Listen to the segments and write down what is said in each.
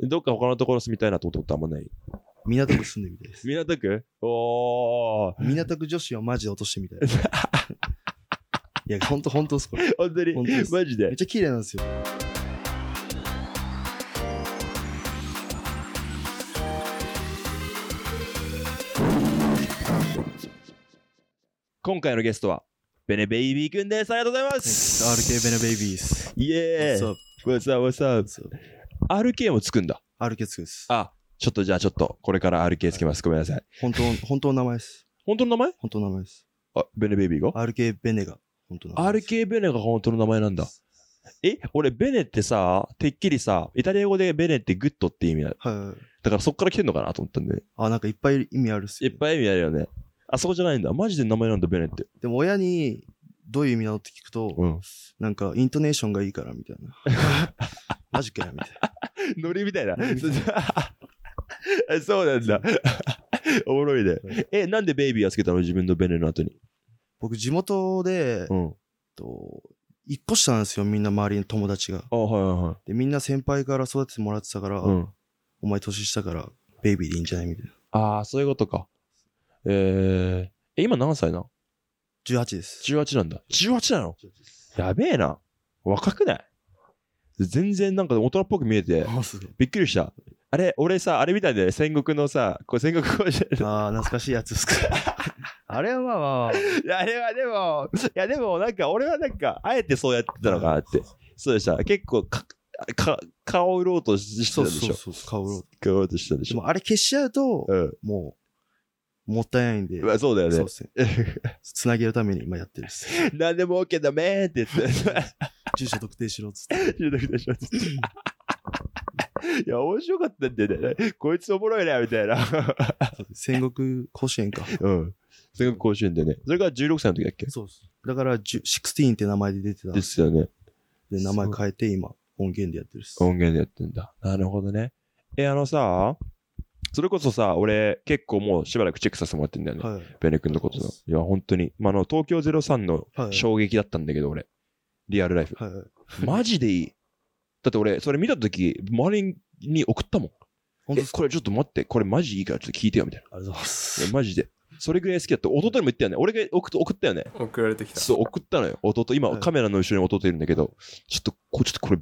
どっか他のところ住みたいなと思ったことあんまない。港区住んでみたいです。港区おー。港区女子はマジで落とし てみたいです。いや、ほんとほんとです、これ。本当に本当ですマジめっで。ちゃ綺麗なんで すよ。今回のゲストは、ベネベイビーくんです。ありがとうございます。 RK ベナベイビーズ。イエーイ What's up, what's up? RK もつくんだ。 RK つくです。あ、ちょっとじゃあちょっと、これから RK つけます。ごめんなさい。本当、本当の名前です。本当の名前本当の名前です。あ、ベネベイビーが RK ベネが本当の名前です。 ?RK ベネが本当の名前なんだ。え、俺、ベネってさ、てっきりさ、イタリア語でベネってグッドって意味だ。はいはいはい。だからそっから来てんのかなと思ったんで、ね。あ、なんかいっぱい意味あるっすいっよ。ぱい意味あるよね。あそこじゃないんだ。マジで名前なんだ、ベネって。でも親に、どういう意味なのって聞くと、うん。なんか、イントネーションがいいから、みたいな。 マジかよ、みたいな。ノリみたいなノリみた い。そうなんだ。おもろいねうん。え、なんでベイビーはつけたの自分のベネの後に。僕、地元で、えっん。と、一個下なんですよ、みんな周りの友達が。あ、はいはいはい。で、みんな先輩から育ててもらってたから、うん。お前年下から、ベイビーでいいんじゃないみたいああ、そういうことか。えー、え、今何歳なのな。18です。 ?18 なんだ。18なのやべえな。若くない全然なんか大人っぽく見えて、あ、すごいびっくりした。あれ、俺さ、あれみたいで、戦国のさ、こう戦国講師あー懐かしいやつっすか。 あれはまあまあ、いやあれはでも、いやでもなんか俺はなんか、あえてそうやってたのかなって。そうでした。結構か、か、顔売ろうとししてそたうでしそょう。そう、顔を。顔売ろうとしてたででしょ。も、あれ消しちゃうと、うん。もう、もったいないんで、まあそうだよそうねで。 すね。つなげるために今やってるっす。何でも OK だめーって言って。住所特定しろっつ って。中毒でしょ。いや、面白かったんだよね。こいつおもろいな、みたいな。戦国甲子園か。うん。すごく甲子園でね。それが16歳の時だっけそうです。だから、じゅ16って名前で出てたんでですよね。で、名前変えて今、音源でやってるっす。音源でやってんだ。なるほどね。え、あのさ、それこそさ、俺、結構もうしばらくチェックさせてもらってんだよね。はい。ベネ君のことの。いや、本当に。まあ、あの、東京03のはい。衝撃だったんだけど、俺。リアルライ フ。はいはい。マジでいい。だって俺、それ見た時、周りに送ったもん。本当えっすかこれちょっと待って、これマジいいからちょっと聞いてよ、みたいな。ありがとういございまやす。マジで。それぐらい好きだった。弟にも言ったよね。俺が送っ送ったよね。送られてきた。そう、送ったのよ。弟、今、はいカメラの後ろに弟いるんだけど、ちょっと、こちょっとこれ、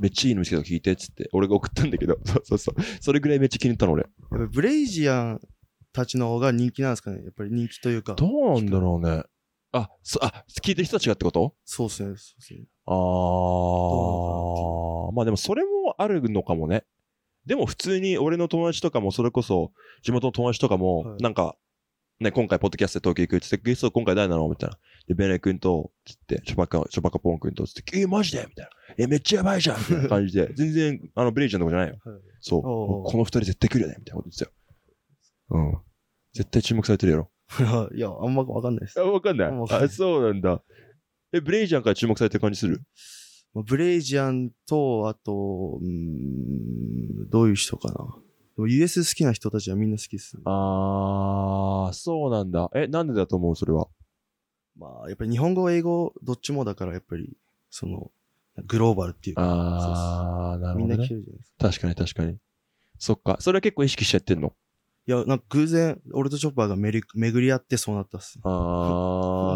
めっちゃいいの見つけたから聞いて、っつって。俺が送ったんだけど、 そうそうそう。それぐらいめっちゃ気に入ったの、俺。やっぱブレイジアンたちの方が人気なんですかね。やっぱり人気というか。どうなんだろうね。あ、そあ、聞いてる人たちがってことそうっすね。そうっすね。あー。まあでも、それもあるのかもね。でも、普通に俺の友達とかも、それこそ、地元の友達とかも、はいなんか、ね、今回、ポッドキャストで東京行くっつって、ゲスト今回誰なのみたいな。で、ベネ君と、つって、チョバカ、チョバカポン君と、つって、え、マジでみたいな。え、めっちゃやばいじゃんみたいな感じで、 全然、あの、ブレイジャーのとこじゃないよ。はいそう。おうおうこの二人絶対来るよねみたいなこと言ってたよ。うん。絶対注目されてるやろ。 いや、あんまわかんないです。わかんないわかんないそうなんだ。え、ブレイジャーから注目されてる感じするまあブレイジアンと、あと、うーん、どういう人かな。でも US 好きな人たちはみんな好きっすね。あー、そうなんだ。え、なんでだと思うそれは。まあ、やっぱり日本語、英語、どっちもだから、やっぱり、その、グローバルっていうか、あー、なるみほんなど聞ねけ。るじゃないですか。確かに確かに。そっか。それは結構意識しちゃってんのいや、なんか偶然、俺とチョッパーがめり巡り合ってそうなったっすね。あ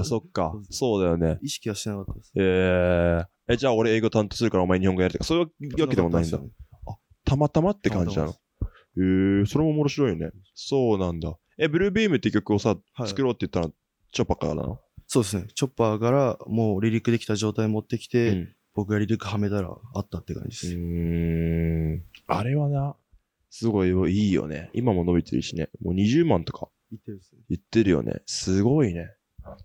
ー、そっか。そうだよね。意識はしてなかったです。えー、え、じゃあ俺英語担当するからお前日本語やれとか、そういうわけでもないんだ。たまたまって感じなの。えー、それも面白いね。そうなんだ。え、ブルービームって曲をさ、はい作ろうって言ったら、チョパからなのそうですね。チョッパーからもう離陸できた状態持ってきて、僕が離陸はめたらあったって感じでうす。ーんあれはな、すごいいいよね。今も伸びてるしね。もう20万とか言ってるっすね。言ってるよね。すごいね。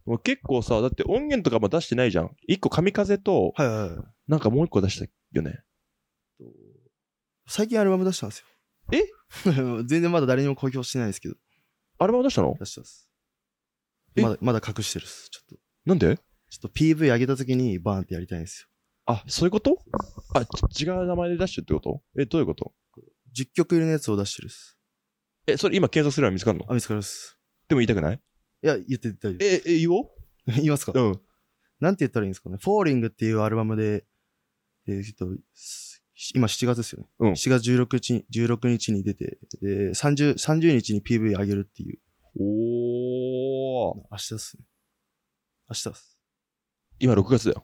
もう結構さ、だって音源とかも出してないじゃん。一個神風と、はいはいはい。なんかもう一個出したよね。と最近アルバム出したんですよ。え 全然まだ誰にも公表してないですけど、アルバム出したの出したっす。えまだ、まだ隠してるっす。ちょっと、なんでちょっと PV 上げた時にバーンってやりたいんですよ。あ、そういうことあ、ち違う名前で出してるってことえ、どういうこと10曲入りのやつを出してるっす。え、それ今検索すれば見つかるのあ、見つかるっす。でも言いたくないいや、言って大丈夫でえ、え、言おうす。 言いますかうん。なんて言ったらいいんですかね。フォーリングっていうアルバムで、えーっと、す今7月ですよね。うん7月16日に、16日に出て、で、30、30日に PV 上げるっていう。おお。明日ですね。明日です。今6月だよ。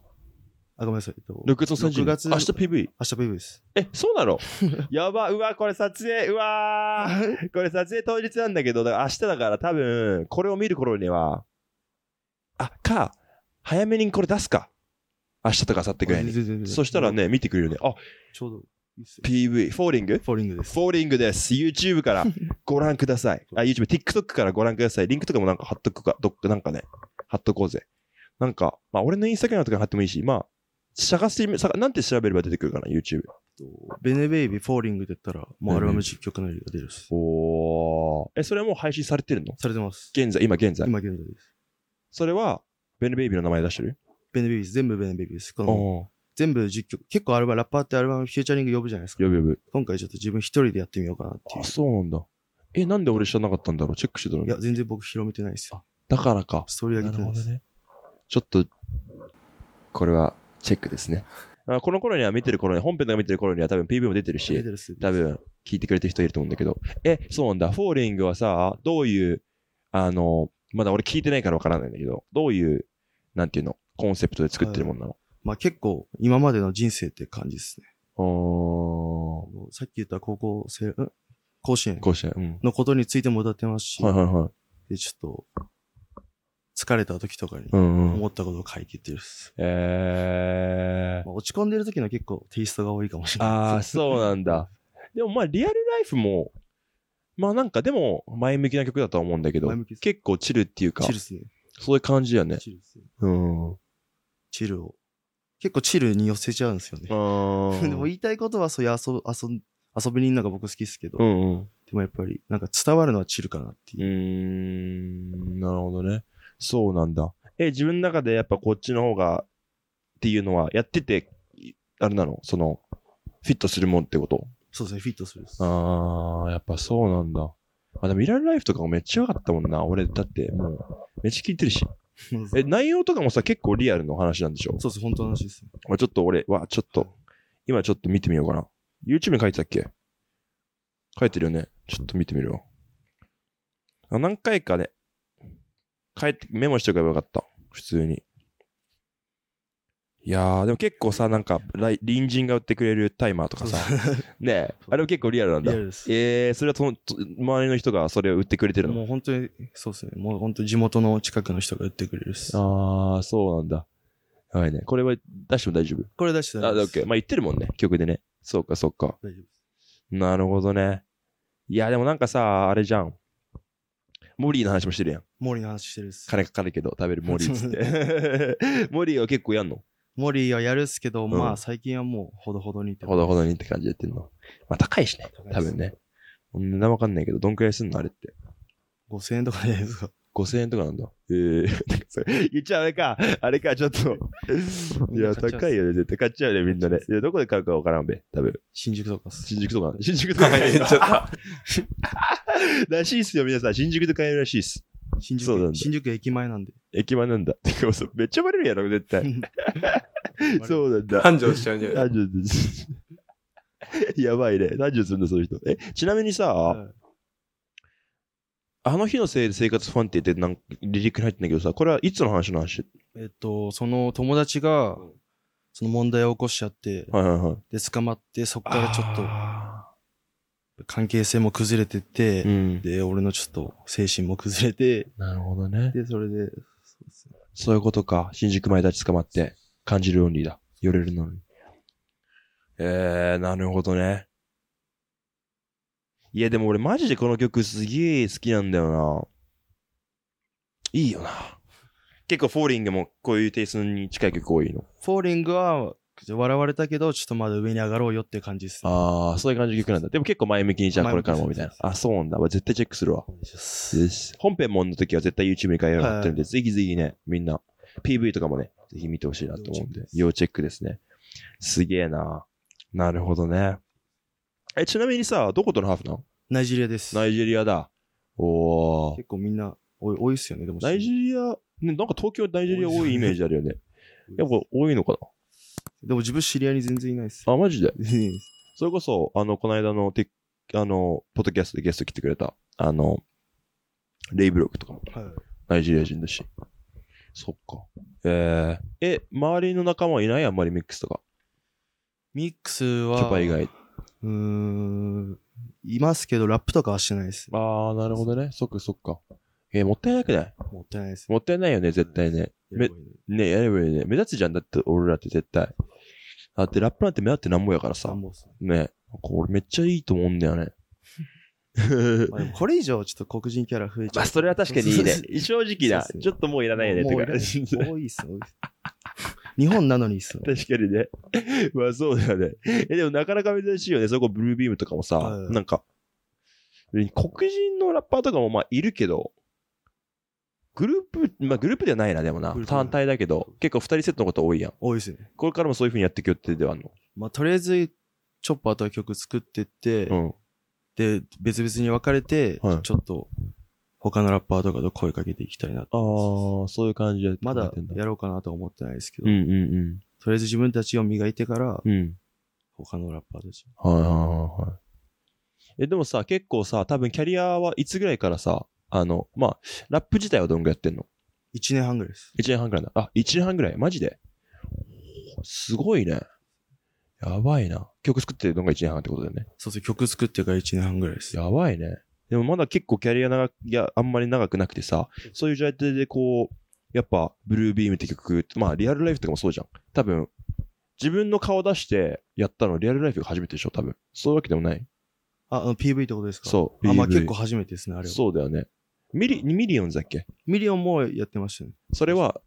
あ、ごめんなさい。えっと6月の30日。 6月明日 PV。明日 PV です。え、そうなの やば、うわ、これ撮影、うわーこれ撮影当日なんだけど、だから明日だから多分、これを見る頃には、あ、か、早めにこれ出すか。明日とか明後日ぐらいに。にそしたら、ね、見てくれるね。あ、ちょうどいいっすね PV、フォーリングフォーリングです。フォーリングです。YouTube からご覧くだ さい。あ、YouTube、TikTok からご覧ください。リンクとかもなんか貼っとくか、どっかなんかね、貼っとこうぜ。なんか、まあ俺のインスタグラムとかに貼ってもいいし、まあ、探してみ、探なんて調べれば出てくるかな、YouTube。えっとベネベイビーフォーリングって言ったら、もうアルバム10曲のりが出るっす。おー。え、それはもう配信されてるのされてます。現在、今現在。今現在です。それは、ベネベイビーの名前出してるベネベイビーです。全部ベネベイビーです。このおー。全部10曲。結構アルバム、ラッパーってアルバムフューチャリング呼ぶじゃないですか。呼ぶ呼ぶ。今回ちょっと自分一人でやってみようかなっていあ、そうなんだ。え、なんで俺知らなかったんだろうチェックしてたのう。いにや、。全然僕広めてないですよ。だからか。ストーリー上げてないです。ね。ちょっと、これはチェックですね。あこの頃には見てる頃に、本編が見てる頃には多分 PV も出てる上げし、てるっす多分聞いてくれてる人いると思うんだけど。え、そうなんだ。フォーリングはさ、どういう、あの、まだ俺聞いてないからわからないんだけど、どういう、なんていうの、コンセプトで作ってるもんなのまあ結構今までの人生って感じですね。おー、あのさっき言った高校生、ん甲子園こうして、うん。のことについても歌ってますし、はいはいはい。で、ちょっと、疲れた時とかにうんうん。思ったことを書いてってるっす。えー。まあ、落ち込んでる時の結構テイストが多いかもしれないあ でー、す。そうなんだ。でもまあ、リアルライフも、まあなんかでも、前向きな曲だとは思うんだけど前向きで、す結構チルっていうかチ、ルっすね。そういう感じやね。チルっすね。うん。あチルを。結構チルに寄せちゃうんですよね。 でもー。言いたいことはそういう遊ぶ遊ん遊び人なんか僕好きっすけど、うんうん。でもやっぱりなんか伝わるのはチルかなってうーいう。ん、なるほどね。そうなんだ。え、自分の中でやっぱこっちの方がっていうのは、やってて、いあれなのその、フィットするもんってことそうですね、フィットするっす。あー、やっぱそうなんだ。あ、でも、イラルライフとかもめっちゃ良かったもんな。俺、だって、もう、めっちゃ聞いてるし。 え、内容とかもさ、結構リアルの話なんでしょそうです、本当の話ですね。まあちょっと俺、わ、ちょっと、今ちょっと見てみようかな。YouTube に書いてたっけ書いてるよね。ちょっと見てみるわ。あ何回かね、書いて、メモしておけばよかった。普通に。いやー、でも結構さ、なんか、来隣人が売ってくれるタイマーとかさ、ねえ、あれも結構リアルなんリだア。ルです。えー、それはその、と周りの人がそれを売ってくれてるのもう本当に、そうですね。もう本当に地元の近くの人が売ってくれるっす。あー、そうなんだ。はいね。これは出しても大丈夫これ出してあ、オッケー。まあ言ってるもんね、曲でね。そうか、そうか。大丈夫です。なるほどね。いや、でもなんかさ、あれじゃん。モリーの話もしてるやん。モーリーの話してるっす。金かかるけど食べるモリーっつ って。モリーは結構やんのモーリーはやるっすけど、んまあ最近はもうほどほどにって。ほどほどにって感じでやってんの。まあ高いしね。高いっ多す分ね。値段わかんないけど、どんくらいすんのあれって。 5000円と かじゃないですか。 5000円とかなんだ。ええなんかそれ言っちゃあれか。あれか、ちょっ と。いや、高いよね。絶対買っちゃうよね、みんなね。いや、どこで買うかわからんべ。多分。新宿とかっす。新宿 とか、新宿とか買える。ちょっとらしいっすよ、皆さん。新宿で買えるらしいっす。新宿そうなんだ新宿駅前なんで。駅前なんだ。てか、そうめっ ちゃバレるやろ、絶対。う。そうなんだ。繁盛しちゃうんじゃない誕生日やばいね。誕生日する んだ、そういう人。え、ちなみにさ、はいあの日のせいで生活不安定ってなんかリリックに入ってんだけどさ、これはいつの話の話えっと、その友達が、その問題を起こしちゃって、はいはいはい。で、捕まって、そこからちょっとあ関係性も崩れてってー。う、ん。で、俺のちょっと精神も崩れて、なるほどね。で、それで、そうっすねそういうことか。新宿前立ち捕まって、感じるオンリーだ。寄れるのに。えー、なるほどね。いや、でも俺マジでこの曲すげえ好きなんだよな。いいよな。結構フォーリングもこういうテイストに近い曲多いの。フォーリングは、笑われたけど、ちょっとまだ上に上がろうよって感じですね。あー、そういう感じの曲なんだ。でも結構前向きにじゃあこれからもみたいな。あ、そうなんだ。俺絶対チェックするわ。お願いしますよし本編もの時は絶対 YouTube に変えようになってるんで、ぜひぜひね、みんな、PV とかもね、ぜひ見てほしいなと思うんで、要チェックですね。すげえななるほどね。え、ちなみにさ、どことのハーフなのナイジェリアです。ナイジェリアだ。おー。結構みんな多い多いっすよね、でも。ナイジェリア、ね、なんか東京ナイジェリア多いイメージあるよね。やっぱ多いのかでも自分知り合いに全然いないです。あ、マジで。いないですそれこそ、あの、この間のテッ、あの、ポッドキャストでゲスト来てくれた、あの、レイブロックとかも、はい。ナイジェリア人だし。そっか。えー、え、周りの仲間はいないあんまりミックスとか。 ミックスキは、ャパ以外。うーん、いますけど、ラップとかはしてないです。ああ、なるほどね。そっかそっか。えーもったいなくないもったいないです。もったいないよね、絶対ね。めねやればいいね。目立つじゃん。だって俺らって絶対。だってラップなんて目立ってなんぼやからささ。。もうさねなんか俺めっちゃいいと思うんだよね。 まあでもこれ以上ちょっと黒人キャラ増えち まゃう。あ、それは確かにいいね そうそう。正直なそうっす。ねちょっともういらないよね、もと うか。いらない確か多いっす、多いっす。日本なのにっすよ。にね。 まあ、そうだよね。え、でもなかなか珍しいよね。そこ、ブルービームとかもさ、はいなんか、黒人のラッパーとかもまあ、いるけど、グループ、まあ、グループではないな、でもなグル。ープ単体だけど、結構二人セットのこと多いやん。多いっすね。これからもそういう風にやっていく予定ではあるの。まあ、とりあえず、チョッパーとは曲作ってって、うん。で、別々に分かれて、はいちょっと、他のラッパーとかと声かけていきたいなと思いああ、そういう感じで。ます。まだうやろうかなとは思ってないですけんど、うんとりあえず自分たちを磨いてからうん。、うん。他のラッパーたち。はいはいはいはい。え、でもさ、結構さ、多分キャリアはいつぐらいからさ、あの、まあ、ラップ自体はどんぐらいやってんの1年半ぐらいです。 ?1 年半ぐらいな。あ、1年半ぐらいマジですごいね。やばいな。曲作ってるのが1年半ってことだよね。そうそう、曲作ってから1年半ぐらいです。やばいね。でもまだ結構キャリア長くいや、あんまり長くなくてさ、そういう状態でこう、やっぱ、ブルービームって曲、まあ、リアルライフとかもそうじゃん。多分、自分の顔出してやったのリアルライフが初めてでしょ、多分。そういうわけでもない。あ、あの PV ってことですかそうあ、まあ PV 結構初めてですね、あれは。そうだよね。ミリ、ミリオンズだっけミリオンもやってましたね。それは、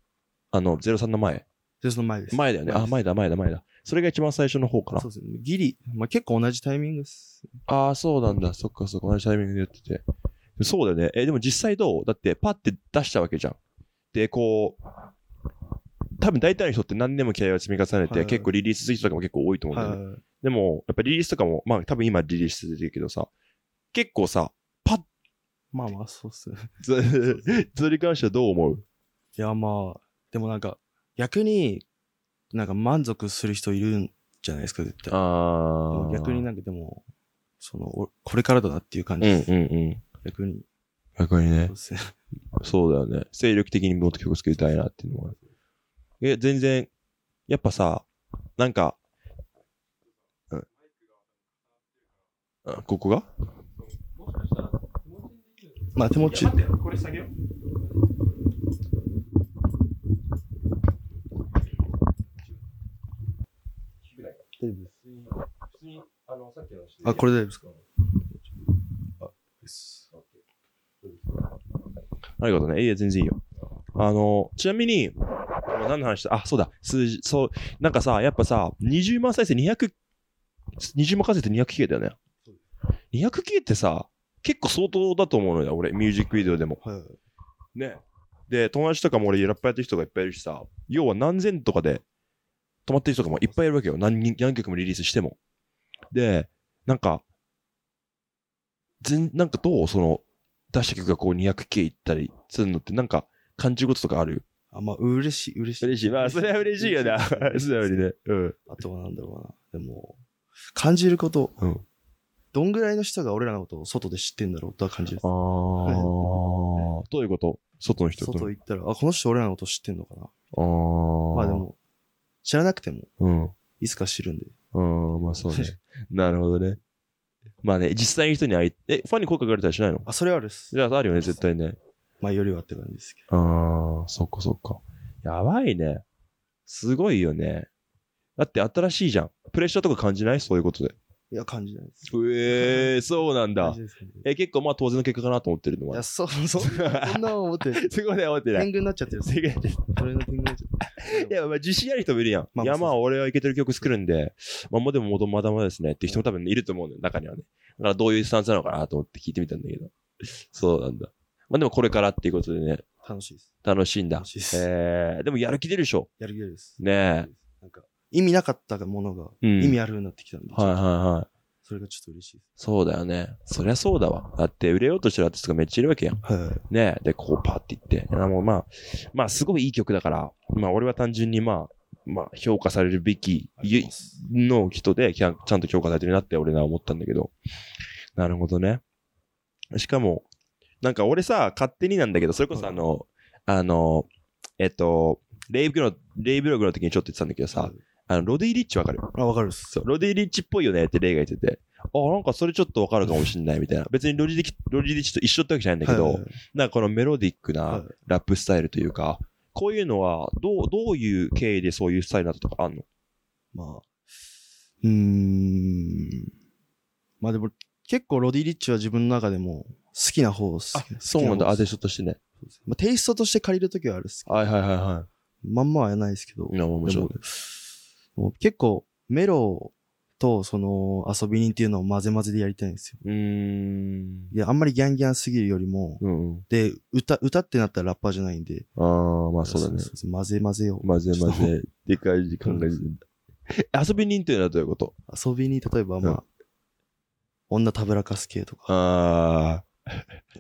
あの、03の前。で、その前です。前だよね。あ、です前だ、前だ、前だ。それが一番最初の方かなそ。うですね。ギリ、まあ結構同じタイミングです。ああ、そうなんだ。そっか、そっか。同じタイミングでやってて。そうだよね。え、でも実際どうだって、パッて出したわけじゃん。で、こう、多分大体の人って何年も気合を積み重ねはて、い結構リリースする人とかも結構多いと思うんだよね。はでも、やっぱリリースとかも、まあ多分今リリースしてるけどさ、結構さ、パッ、い。まあまあ、そうっすね。ず それに関してはどう思ういや、まあ、でもなんか、逆に、なんか満足する人いるんじゃないですか、絶対。であも逆にな。なんかでも、その、おこれからだなっていう感うじんです。うんうん。逆に。 逆にねそう。ですね。そうだよね。精力的にもっと曲作りたいなっていうのもある。え、全然、やっぱさ、なんか、うん。あここがまあ、手持ち、これ下げよあ、これでですかありがとうね。いや、全然いいよ。あの、ちなみに、今何の話したあ、そうだ。数字、そう、なんかさ、やっぱさ、20万再生200、20万再生って 200K だよね。200K ってさ、結構相当だと思うのよ、俺、ミュージックビデオでも。はい。ね。で、友達とかも俺、ラップやってる人がいっぱいいるしさ、要は何千とかで止まってる人とかもいっぱいいるわけよ。何人何曲もリリースしても。で、なんか、全、なんかどうその、出した曲がこう 200K いったりするのって、なんか、感じることとかあるあ、まあ、嬉しい、嬉しい。 素直にね。うん。あとはなんだろうな。でも、感じること、うんどんぐらいの人が俺らのことを外で知ってんだろうとは感じるあ。ー。どういうこと外の人と。外行ったら、あ、この人俺らのこと知ってんのかな。あー。まあで。も、知らなくても、うん。いつか知るんで。うん、まあ そうね。なるほどね。まあね、実際の人に会い、え、ファンに声かけられたりしないのあ、それはあるっすじ。ゃあ、あるよね、絶対ね。まあ、よりはって感じですけど。ああ、そっかそっか。やばいね。すごいよね。だって新しいじゃん。プレッシャーとか感じないそういうことで。いや、感じないです。ええそうなん感だじ。ですねえ、結構まあ当然の結果かなと思ってるのいはや、。そう、そんな、そんな思って る。すごいね、思ってな天い。狗になっちゃってる。すごいねそれの天狗になっちゃっいてる。や、まあ、自信ある人もいるやん。まあいまあや、まあ、俺はいけてる曲作るんで、まあ、もうでも、もとまだまだですねっていう人も多分いると思うのよ、中にはね。だから、どういうスタンスなのかなと思って聞いてみたんだけど。そうなんだ。まあ、でも、これからっていうことでね、楽しいです。楽しいんだ楽。しいです。えー、でも、やる気出るでしょ。やる気出るです。ねなんか、意味なかったものが、え。うん。意味あるようになってきたんで、はいはいはい。それがちょっと嬉しいです。そうだよね。そりゃそうだわ。だって、売れようとしてるアーティストがめっちゃいるわけやん。はい。ねえ、で、こうパーって言って。あもうまあ、まあすごいいい曲だから、まあ俺は単純にまあ、まあ、評価されるべきゆの人で、ちゃんちゃんと評価されてるなって俺は思ったんだけど。なるほどね。しかも、なんか俺さ、勝手になんだけど、それこそあの、あの、えっと、レイブログの、レイブログの時にちょっと言ってたんだけどさ、あの、ロディ・リッチわかるあ、わかるっす。そう、ロディ・リッチっぽいよねってレイが言ってて、あ、なんかそれちょっとわかるかもしんないみたいな。別にロディ・リッチロディリッチと一緒ってわけじゃないんだけど、はいはいはいなんかこのメロディックはないラップスタイルというか、こういうのは、どう、どういう経緯でそういうスタイルになったとかあんのまあ、うーん。まあでも、結構ロディ・リッチは自分の中でも好きな方っす。好きそうなんだ、ア方ーティっすストとしてね。まあ、テイストとして借りるときはあるっすけど。はいはいはいはまんまはやらないですけど。い。いや、面白い。でももう結構、メロとその遊び人っていうのを混ぜ混ぜでやりたいんですよ。うーん。で、あんまりギャンギャンすぎるよりも、うんうん。で、歌、歌ってなったらラッパーじゃないんで。ああ、まあそうだね。そう混ぜ混ぜを。混ぜ混ぜ。でかい時間が。遊び人というのはどういうこと遊びに、例えばまあ、うん女たぶらかす系とか、ああ、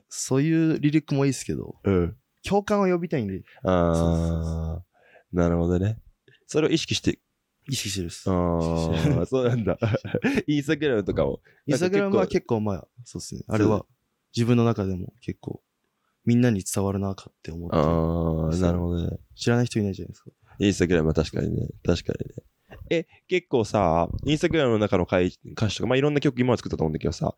そういうリリックもいいですけど、うん。共感を呼びたいんで、そうそうああ、なるほどね。それを意識して、意識してるっす。あ あ、そうなんだ。インスタグラムとかを。インスタグラムは結構まあ、そうですね。あれは、自分の中でも結構、みんなに伝わるなかって思って、ああ、なるほどね。知らない人いないじゃないですか。インスタグラムは確かにね。確かにね。え、結構さ、インスタグラムの中の回歌詞とか、まあ、いろんな曲今まで作ったと思うんだけどさ、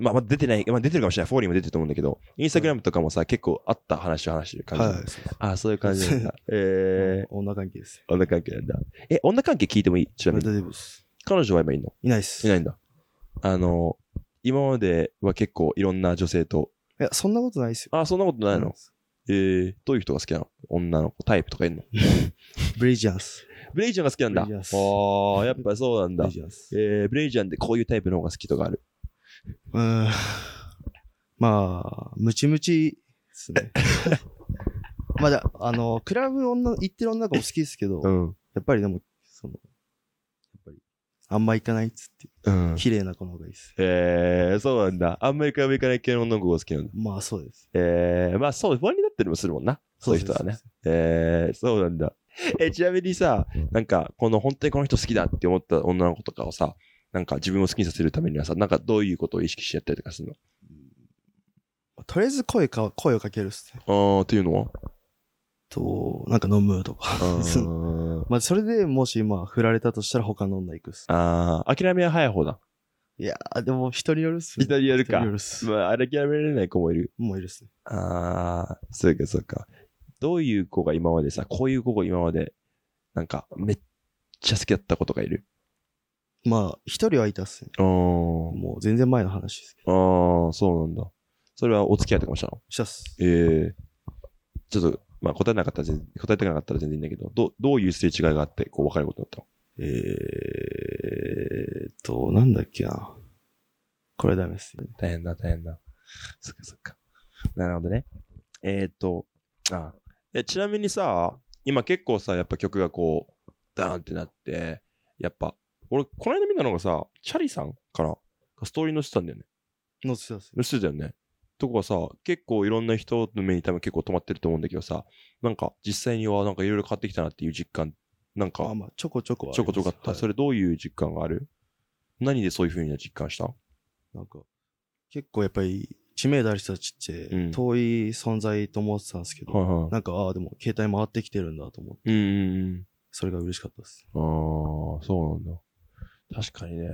まあ、まあ、出てない、まあ、出てるかもしれない。フォーリーも出てると思うんだけど、インスタグラムとかもさ、結構あった話を話してる感じ。はい、そうそうああ、そういう感じなん だ。えー、女関係です。女関係なんだ。え、女関係聞いてもいいちなみ大に。丈夫です。彼女は今いるのいないっす。いいないんだ。あの、今までは結構いろんな女性と、や、そんなことないっすよ。ああ、そんなことないのっすえー、どういう人が好きなの女の子、タイプとかいるのブレイジャンス。ブレイジャンが好きなんだ。あブレイジャンスあ、やっぱそうなんブだレイ。ジャンス。えー、ブレイジャンでこういうタイプの方が好きとかある。うーん。 まあ、ムチムチで すね。まだ、あの、クラブ女、行ってる女の子も好きですけど、ん。やっぱりでも、その、やっぱり、あんま行かないっつって、うん。綺麗な子の方がいいです。えー、そうなんだ。あんまり比べいかない系の女の子が好きなんだ。まあ、そうです。えー、まあそう、不安になったりもするもんな。そういう人はね。えー、そうなんだ。え、ちなみにさ、なんか、この本当にこの人好きだって思った女の子とかをさ、なんか自分を好きにさせるためにはさ、なんかどういうことを意識してやったりとかするそうです。とりあえず声か、声をかけるっすね。のあー、っていうのはと、なんか飲むとあ か。 そうーまあ、それでもし、まあ、振られたとしたら他の女行くっす。あー、諦めは早い方だ。いやー、でも、人によるっすね。左やる人にかよ。るっす。まあ、諦められない子もいる。もういるっすね。ああ、そうかそうか。どういう子が今までさ、こういう子が今まで、なんか、めっちゃ好きだった子とかいる。まあ、一人はいたっすね。あーもう全然前の話ですけど。あー、そうなんだ。それはお付き合いとかもしたのしたっす。ええちょっと、まあ、答えなかったら全、答えてなかったら全然いいんだけど、どうどういうすれ違いがあって、こう、分かることになっえーっと、なんだっけな。これダメですね。たの大変だ、大変だ。そっかそっか。なるほどね。えー、っと、あえ、ちなみにさ、今結構さ、やっぱ曲がこう、ダーンってなって、やっぱ、俺、この間見たのがさ、チャリさんから、ストーリー載せてたんだよね。乗ってたっすね。載せてたよね。とかさ、結構いろんな人の目に多分結構止まってると思うんだけどさ、なんか実際にはなんかいろいろ変わってきたなっていう実感、なんかあ、まあ、ちょこちょこはあちょりまこすちょこあった。はいそれどういう実感がある何でそういうふうに実感したなんか、結構やっぱり、知名度ある人たちって、うん遠い存在と思ってたんですけど、いはなんか、ああ、でも、携帯回ってきてるんだと思って、い。うんそれが嬉しかったです。うんうん。ああ、そうなんだ。確かにね。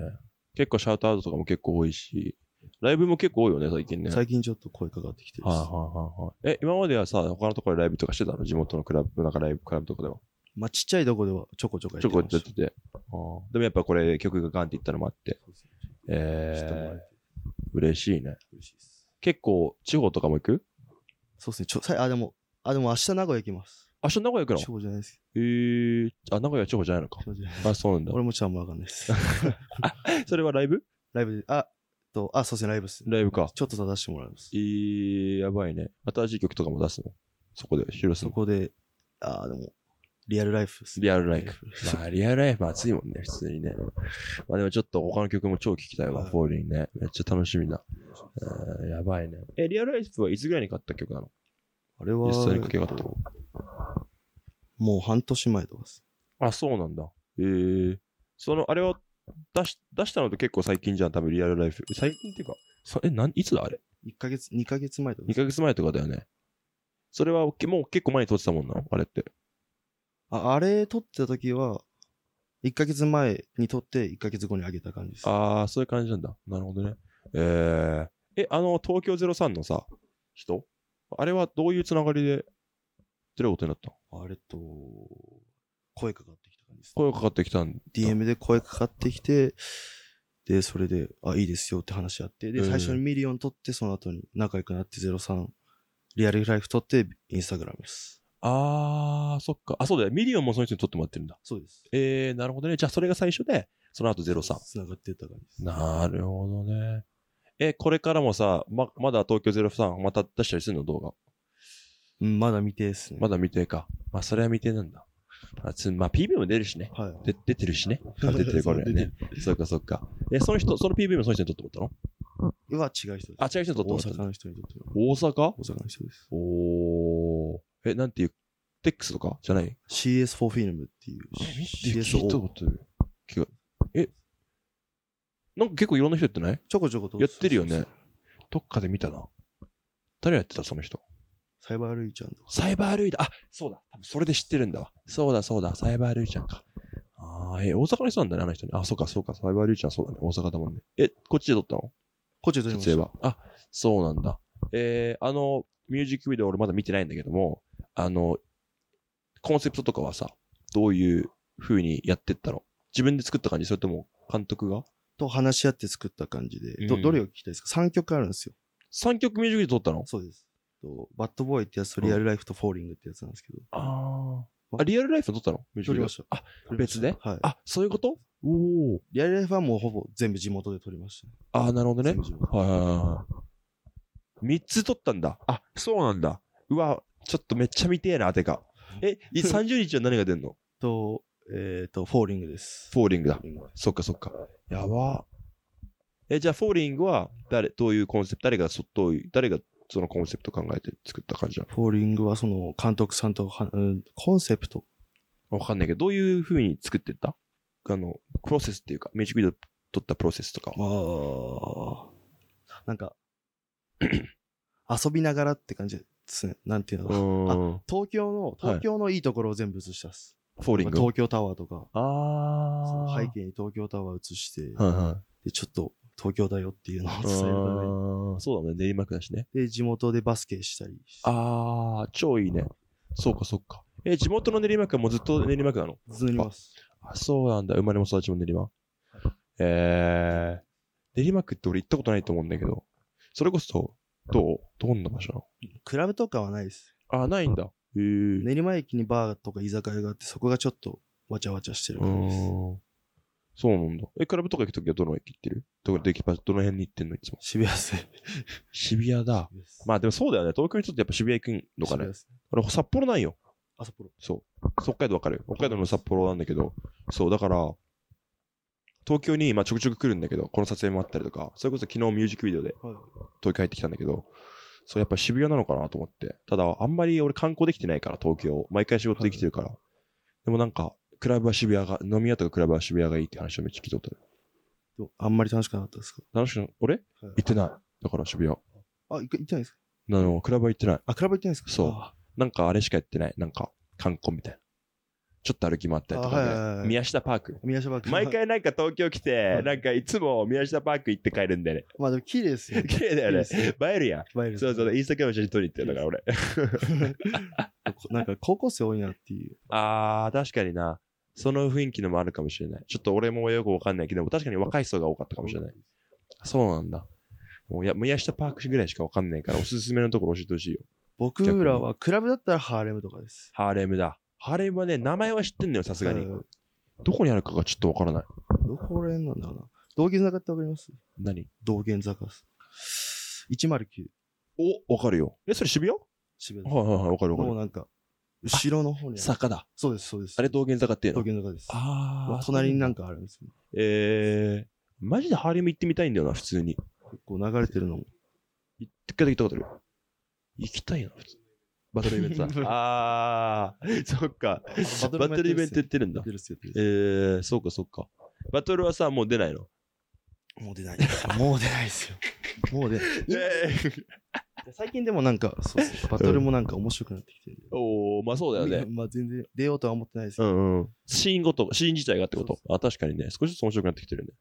結構シャウトアウトとかも結構多いし、ライブも結構多いよね、最近ね。最近ちょっと声かかってきてるっはいすはいはいはい。え、今まではさ、他のところでライブとかしてたの地元のクラブ、なんかライブ、クラブとかでは。まあ、ちっちゃいとこではちょこちょこやちってょこっまとやし。ったてて。あーでもやっぱこれ曲がガンっていったのもあって。そうですね知ってもらええてー、嬉しいね。嬉しいです。結構、地方とかも行くそうですね。ちょ、さいあ、でも、あ、でも明日名古屋行きます。明日名古屋行くの地方じゃないです。えー、あ、名古屋は地方じゃないのか地。方じゃないあ、そうなんだ。俺もちょっとあんまわかんな いです。それはライブライブで、あ、と、あ、そうですね、ライブです。ライブか。ちょっと立たせてもらいますえ。ー、やばいね。新しい曲とかも出すのそこで、披露すそるのこで、ああ、でも、リアルライフですね。リアルライリアフ。ルまあ、リアルライフ熱いもんね、普通にね。まあでもちょっと他の曲も超聴きたいわ、はいフォーリンね。めっちゃ楽しみだ。えーやばいね。え、リアルライフはいつぐらいに買った曲なのあれ実際にはか、けがったのもう半年前とかです。あ、そうなんだ。えー、その、あれを出し、出したのって結構最近じゃん、多分リアルライフ。最近っていうか、さえ、なん、いつだあれ1ヶ月、2ヶ月前とか ?2。ヶ月前とかだよね。それは、けもう結構前に撮ってたもんな、あれって。ああれ撮ってた時は、1ヶ月前に撮って1ヶ月後に上げた感じです。ああ、そういう感じなんだ。なるほどね。えー、え、あの、東京03のさ、人あれはどういうつながりで、出ることになったのあれと、声かかってきた感じです、ね。声かかってきたんだ。 DM で声かかってきて、で、それで、あ、いいですよって話し合って、で、うん最初にミリオン撮って、その後に仲良くなって03、リアルライフ撮って、インスタグラムです。あー、そっか。あ、そうだよ。ミリオンもその人に撮ってもらってるんだ。そうです。えー、なるほどね。じゃあ、それが最初で、その後03。つながってった感じです。なるほどね。え、これからもさ、ま、まだ東京03、また出したりするの動画。うん、まだ見てですね。まだ未定か。まあ、それは未定なんだ。まあ、つまあ、PV も出るしね。はい。で出てるしね。あ出てる からそう出ね。 そっかそっか。え、その人、その PV もその人に撮ってもらっうわ、違う人です。たのあ、違う人に撮って大もらっ阪たのの人にとっても大阪大阪の人です。おー。え、なんていう、テックスとかじゃない CS4 フィルムっていう。聞いた CSO。ことない気が。え、なんか結構いろんな人やってないちょこちょこと。やってるよね。どっかで見たな。誰やってたその人。サイバールイちゃんとか。サイバールイダー。あ、そうだ。多分それで知ってるんだわ。そうだそうだ。サイバールイちゃんか。ああ、え、大阪の人なんだね、あの人ね。あ、そうかそうか。サイバールイちゃんそうだね。大阪だもんね。え、こっちで撮ったのこっちで撮りま撮し影た。は。あ、そうなんだ。えー、あの、ミュージックビデオ俺まだ見てないんだけども、あの、コンセプトとかはさ、どういう風にやってったの自分で作った感じそれとも監督がと話し合って作った感じで。ど、うんどれを聞きたいですか ?3 曲あるんですよ。 ?3 曲ミュージックビデオ撮ったのそうです。とバッドボーイってやつとリアルライフとフォーリングってやつなんですけど。ああ。リアルライフ撮ったのミュージックビデオ撮りあ、別ではい。あ、そういうことおお。リアルライフはもうほぼ全部地元で撮りましたね。ああ、なるほどね全。部地元はいはいはいはい。3つ撮ったんだ。あ、そうなんだ。うわ、ちょっとめっちゃ見てえな、てか。え、い30日は何が出んのと、えっと、フォーリングです。フォーリングだフォ。ーリングそっかそっか。やば。え、じゃあ、フォーリングは、誰、どういうコンセプト、誰がそ、どういう、誰がそのコンセプト考えて作った感じなフォーリングはその監督さんとは、うん、コンセプト。のわかんないけど、どういう風に作ってったあの、プロセスっていうか、ミュージックビデオ撮ったプロセスとかは。ああ。なんか、 遊びながらって感じですね。なんていうのうかなーん。東京の、東京のいいところを全部映したっす。フォーリング。東京タワーとか、そあのー。背景に東京タワー映して、はいはい。で、ちょっと東京だよっていうのを伝えるためあにーそうだね、練馬区だしね。で、地元でバスケしたりして。あー、超いいね。そうか、そうか。え、地元の練馬区はもうずっと練馬区なのずっとります。あ、そうなんだ。生まれも育ちも練馬。えー、練馬区って俺行ったことないと思うんだけど、それこそ、どうどんな場所なクラブとかはないです。のあ、ないんだ。へえー。練馬駅にバーとか居酒屋があって、そこがちょっとわちゃわちゃしてるうー感じです。ん。そうなんだ。え、クラブとか行くときはどの駅行ってるどこでどの辺に行ってんのいつも。渋谷線。渋谷だ。まあでもそうだよね。東京にとってやっぱ渋谷行くのか渋ね谷。ですね。俺、札幌ないよ。あ、札幌。そう。北海道わかる。北海道の札幌なんだけど、そう、だから、東京に、まあ、ちょくちょく来るんだけど、この撮影もあったりとか、それこそ昨日ミュージックビデオではい。東京入ってきたんだけど、そう、やっぱ渋谷なのかなと思って。ただ、あんまり俺観光できてないから、東京。毎回仕事できてるから。でもなんか、クラブは渋谷が、飲み屋とかクラブは渋谷がいいって話をめっちゃ聞いとったね。でもあんまり楽しくなかったですか楽しくな、俺はい行ってない。だから渋谷。あ、行く行ってないですかなの、クラブは行ってない。あ、クラブ行ってないですかそうあなんかあれしかやってない。なんか、観光みたいな。ちょっと歩き回ったりとかあはいはいはね。い宮下パー ク。宮下バーク毎。回なんか東京来て、なんかいつも宮下パーク行って帰るんだよね。まあでも綺麗です よ。綺麗だよね。綺麗映えるやん。映える。そうそう、インスタグラム写真撮りに行ってるだから俺。 なんか高校生多いなっていう。あー、確かにな。その雰囲気のもあるかもしれない。ちょっと俺もよくわかんないけど、確かに若い人が多かったかもしれない。そうなんだ。もうや宮下パークぐらいしかわかんないから、おすすめのところ教えてほしいよ。僕らは、クラブだったらハーレムとかです。ハーレムだ。ハーレムはね、名前は知ってんのよ、さすがにう。んどこにあるかがちょっとわからない。どこら辺なんだろうな。道玄坂ってわかります何道玄坂っす。109。お、わかるよ。え、それ渋谷渋谷です。はいはいはい、わかるわもかうなんか、後ろの方にる。ある。坂だ。そうです、そうです。あれ、道玄坂っていうの東京の中です。あー。隣になんかあるんですよ。えー、マジでハーレム行ってみたいんだよな、普通に。こう流れてるのも。一回だけ行ったことある。行きたいな、普通。バトルイベントだ。 あー、そっか。ババトルイベントやってるんだやっ。てるっすよやってるっえすー、そうかそうか。バトルはさ、もう出ないの。もう出ない。もう出ないですよ。 もう出ない。えー、最近でもなんか、そうそうバトルもなんか面白くなってきてる。おー、まあそうだよね。まあ全然出ようとは思ってないですけうど。んうん。シーンごと、シーン自体がってことそうあ、確かにね。少しずつ面白くなってきてるね。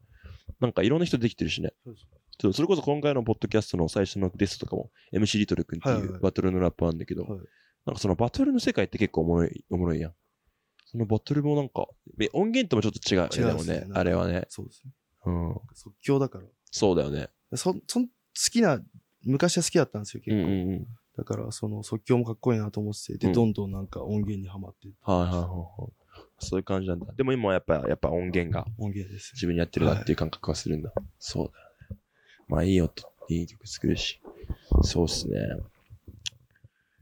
なんかいろんな人できてるしね。そうそうそうそれこそ今回のポッドキャストの最初のゲストとかも、MC リトル君ってはいいはういバトルのラップあるんだけど、はいなんかそのバトルの世界って結構おもろい、おもろいやん。そのバトルもなんか、え音源ともちょっと違うよね。違でうっもすねね、あれはね。そうですね。うん。即興だから。そうだよね。そ、そん、好きな、昔は好きだったんですよ、うん結うん構。うん。だから、その即興もかっこいいなと思ってて、うで、んどんどんなんか音源にはまって、はいはいはいはい。そういう感じなんだ。でも今はやっぱ、やっぱ音源が音源ですね。自分にやってるなっていう感覚はするんだ。そうだよね。まあいい音、いい曲作るし。そうっすね。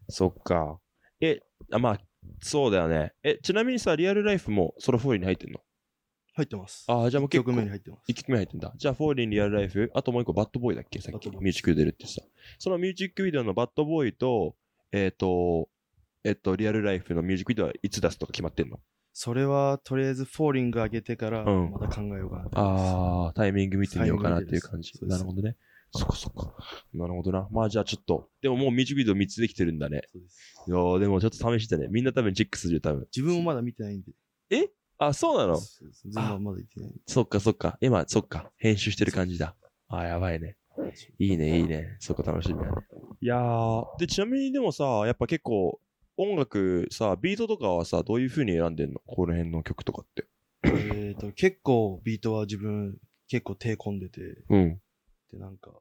そっか。え、あまあ、そうだよね。え、ちなみにさ、リアルライフもソロ4に入ってんの入ってます。ああ、じゃあもう結構曲。目に入ってます。 1曲目入ってんだ。じゃあ、フォーリンリアルライフ、あともう一個、バッドボーイだっけさっバッき、ドミボューイージックビデオで言ってさ。そのミュージックビデオのバッドボーイと、えっ、と、えっ、と、リアルライフのミュージックビデオはいつ出すとか決まってんのそれは、とりあえず、フォーリング上げてから、うんまた考えようかなと思います。ああ、タイミング見てみようかなっていう感じタ。イミングなでするほどね。そっかそっか。なるほどな。まあじゃあちょっと、でももうミュージックビデオ3つできてるんだね。そうです。いやーでもちょっと試してね。みんな多分チェックするよ、多分。自分もまだ見てないんで。あ、そうなのそうです全部はまだ見てないんで。そっかそっか。今、そっか。編集してる感じだ。あー、やばいね。いいね、いいね。そこ楽しみだね。いやー、で、ちなみにでもさ、やっぱ結構、音楽さ、ビートとかはさ、どういう風に選んでんのこの辺の曲とかって。えっと、結構、ビートは自分、結構手込んでて、うん。で、なんか、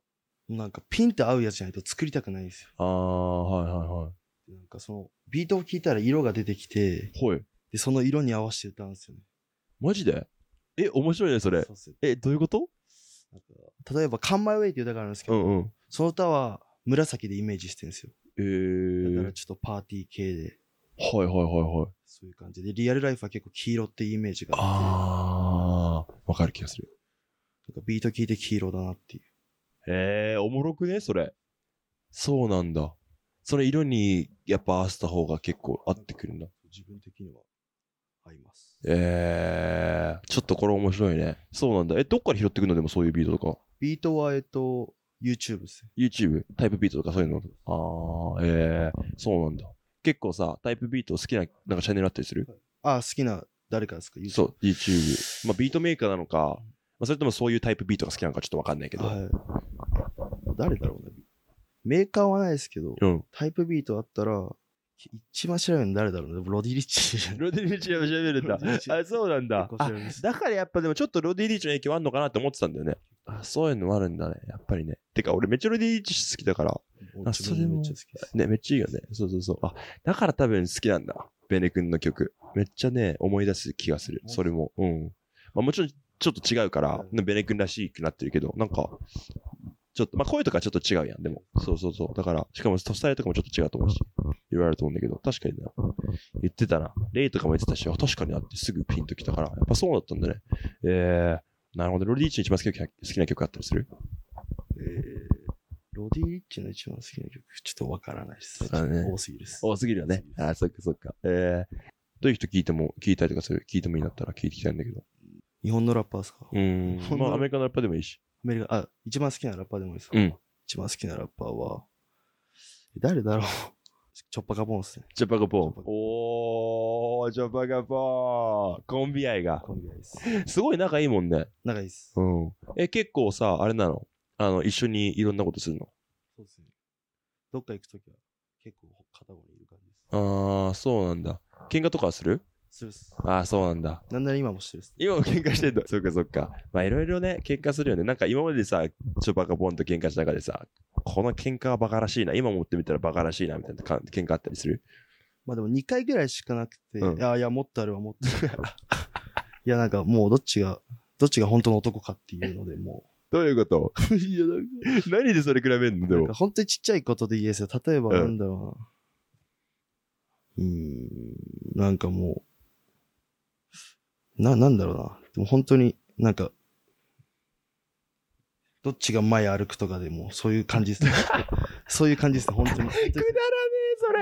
なんか、ピンと合うやつじゃないと作りたくないんですよ。あー、はいはいはでなんか、その、ビートを聴いたら色が出てきて、い。はい。で、その色に合わせて歌うんですよね。マジでえ、面白いね、それそ。うっすえ、どういうことなんか例えば、カンマイウェイっていう歌があるんですけうど、んうん。その歌は紫でイメージしてるんですよ。えー、だかはらいちょっとパーティー系で、はいはいはい。そういう感じで、リアルライフは結構黄色ってイメージがああっー、わかる気がする。て、なんかビート聴いて黄色だなっていう。えー、おもろくね、それ。そうなんだ。その色にやっぱ合わせた方が結構合ってくるんだ。。自分的には合います。えー、ちょっとこれ面白いね。そうなんだ。え、どっから拾ってくるのでもそういうビートとか。ビートは、えっと、YouTube ですね。 YouTube? タイプビートとかそういうのあー、えー、そうなんだ。結構さ、タイプビート好きな、なんかチャンネルあったりするあ、好きな誰かですか YouTube そう、YouTube。まあ、ビートメーカーなのか、まあ、それともそういうタイプビートが好きなのかちょっとわかんないけど。はい。誰だろうね。メーカーはないですけど、うん。タイプビートあったら、一番調べるの誰だろうね。ロディリッチじゃない。ロディリーチを調べるんだロディリー。チあ、そうなん だ。あ結構調べますだからやっぱでもちょっとロディリーチの影響あんのかなって思ってたんだよね。あ、そういうのもあるんだね。やっぱりね。てか、俺めっちゃロディリーチ好きだから。あ自分めっちゃ好きです。ね、めっちゃいいよね。そうそうそう。あ、だから多分好きなんだ。ベネ君の曲。めっちゃね、思い出す気がする。それも。うん。まあもちろん、ちょっと違うから、うベネ君らしくなってるけど、なんか、ちょっと、まあ声とかちょっと違うやん、でも。そうそうそう。だから、しかもスタイルとかもちょっと違うと思うし、いろいろあると思うんだけど、確かにな。言ってたな。レイとかも言ってたし、あ確かになってすぐピンときたから、やっぱそうだったんだね。えー、なるほど。ロリーチの一番好きな曲好きな曲あったりするえーロディ・リッチの一番好きな曲、ちょっとわからないです。そうだね多すぎです。多すぎるよね。あーそっかそっか。えー、どういう人聞いても、聞いたりとかする、聞いてもいいんだったら聞いてきたいんだけど。日本のラッパーですか、うアーん。ほ んままあ、アメリカのラッパーでもいいし。メリカ、あ、一番好きなラッパーでもいいですか、うん。一番好きなラッパーは、誰だろう チョッパカボーンですね。ジャパガポジャパガおー、ジャパガポー。コンビ愛が。コンビ愛です。すごい仲いいもんね。仲いいです。うん。え、結構さ、あれなのあの、一緒にいろんなことするのそうですね。どっか行くときは、結構片方にいる感じです。あー、そうなんだ。喧嘩とかはするするっす。あー、そうなんだ。なんなら今もしてるっす。今も喧嘩してんだ。そっかそっか。まあいろいろね、喧嘩するよね。なんか今までさ、ちょバカボンと喧嘩した中でさ、この喧嘩はバカらしいな。今思ってみたらバカらしいな、みたいなか喧嘩あったりする。まあでも2回ぐらいしかなくて、うんいやいや、もっとあるわ、もっとあるわ。 いや、なんかもうどっちが、どっちが本当の男かっていうので、もどういうことう。いや、なんか。何でそれ比べんのでなんもか。本当にちっちゃいことでいいですよ。例えばうんなんだろうな。うーん、なんかもう、な、なんだろうな。でも本当になんか、どっ ちが前歩くとかでも、そういう感じですね。そういう感じですね、本当くに。だらね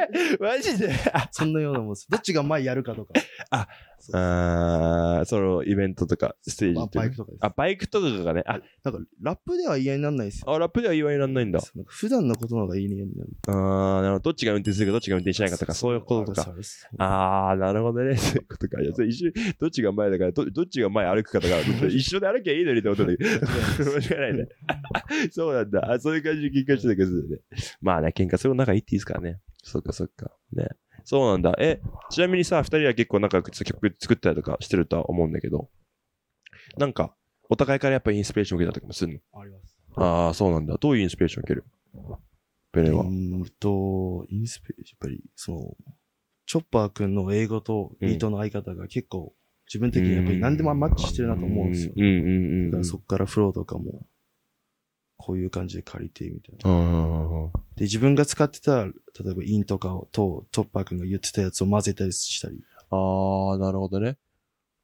れ、マジで。そんなようなもんです。どっちが前やるかとか。あそう、あーそのイベントとか、ステージまあっていバイうクとかです。あ、バイクとかがね。あ、なんか、ラップでは言い合いにならないですよ。あラップでは言いにならないんだ。なんか普段のことの方が言い合いになる。あーなるほど。どっちが運転するか、どっちが運転しないかとか、そういうこととか。そうです。あー、なるほどね。 そういうことか。いや、それ一緒にどっちが前だから、どどっちが前歩くかと か、一緒で歩きゃいいのにってこと だけど。間違いないね。 そうなんだ。あ、そういう感じで喧嘩してたけどね。まあね、喧嘩する仲いいっていいですからね。そっかそっか。ね。そうなんだ。え、ちなみにさ、二人は結構仲良く曲作ったりとかしてるとは思うんだけど、なんか、お互いからやっぱインスピレーション受けたりとかもするあります。のああ、そうなんだ。どういうインスピレーション受けるベレうは。ーんと、インスピレーション、やっぱり、その、チョッパー君の英語とビートの相方が結構、自分的にやっぱり何でもマッチしてるなと思うんですよ。うんうんだうんうかん。らそっからフローとかも、こういう感じで借りて、みたいな。うんうんうんで、自分が使ってた、例えばインとかを、と、チョッパー君が言ってたやつを混ぜたりしたり。ああ、なるほどね。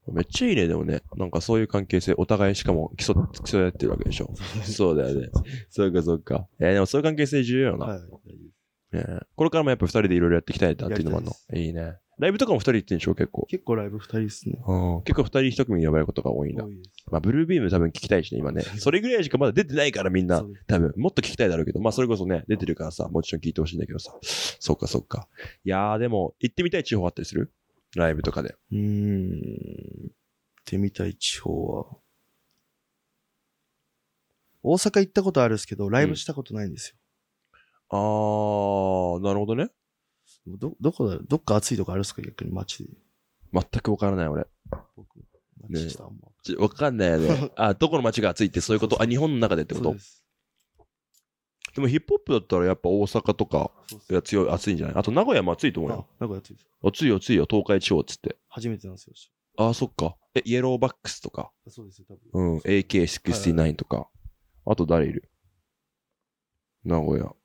めっちゃいいね、でもね。なんかそういう関係性、お互いしかも競競い合ってるわけでしょ。そうだよね。そうか、そうか。えーでもそういう関係性重要よな。はい。えーこれからもやっぱ二人でいろいろやっていきたいなっていうのもあるやりの。いいね。ライブとかも二人行ってんでしょ、結構。結構ライブ二人ですね。うん、結構二人一組に呼ばれることが多いんだ。多いです。まあ、ブルービーム多分聞きたいしね、今ね。それぐらいしかまだ出てないから、みんなそう。です多分、もっと聞きたいだろうけど、まあ、それこそね、出てるからさ、もちろん聞いてほしいんだけどさ。そっか、そっか。いやー、でも、行ってみたい地方あったりするライブとかで。うーん。行ってみたい地方は。大阪行ったことあるんですけど、ライブしたことないんですあー、なるほどね。よ。ど、どこだどっか暑いとこあるんですか逆に街で。全くわからない、俺。僕、ね街下あんま。ちわかんないよ ね。あ、どこの街が暑いってそういうことあ、日本の中でってこそうとですでもヒップホップだったらやっぱ大阪とかそうですが強い、暑いんじゃないあと名古屋も暑いと思うあよ。、なんかやってるんです暑いよ、暑いよ、東海地方っつって。初めてなんですよ。ああ、そっか。え、イエローバックスとか、あそうですよ、多分。うん、AK69 とか。あと誰いる名古屋。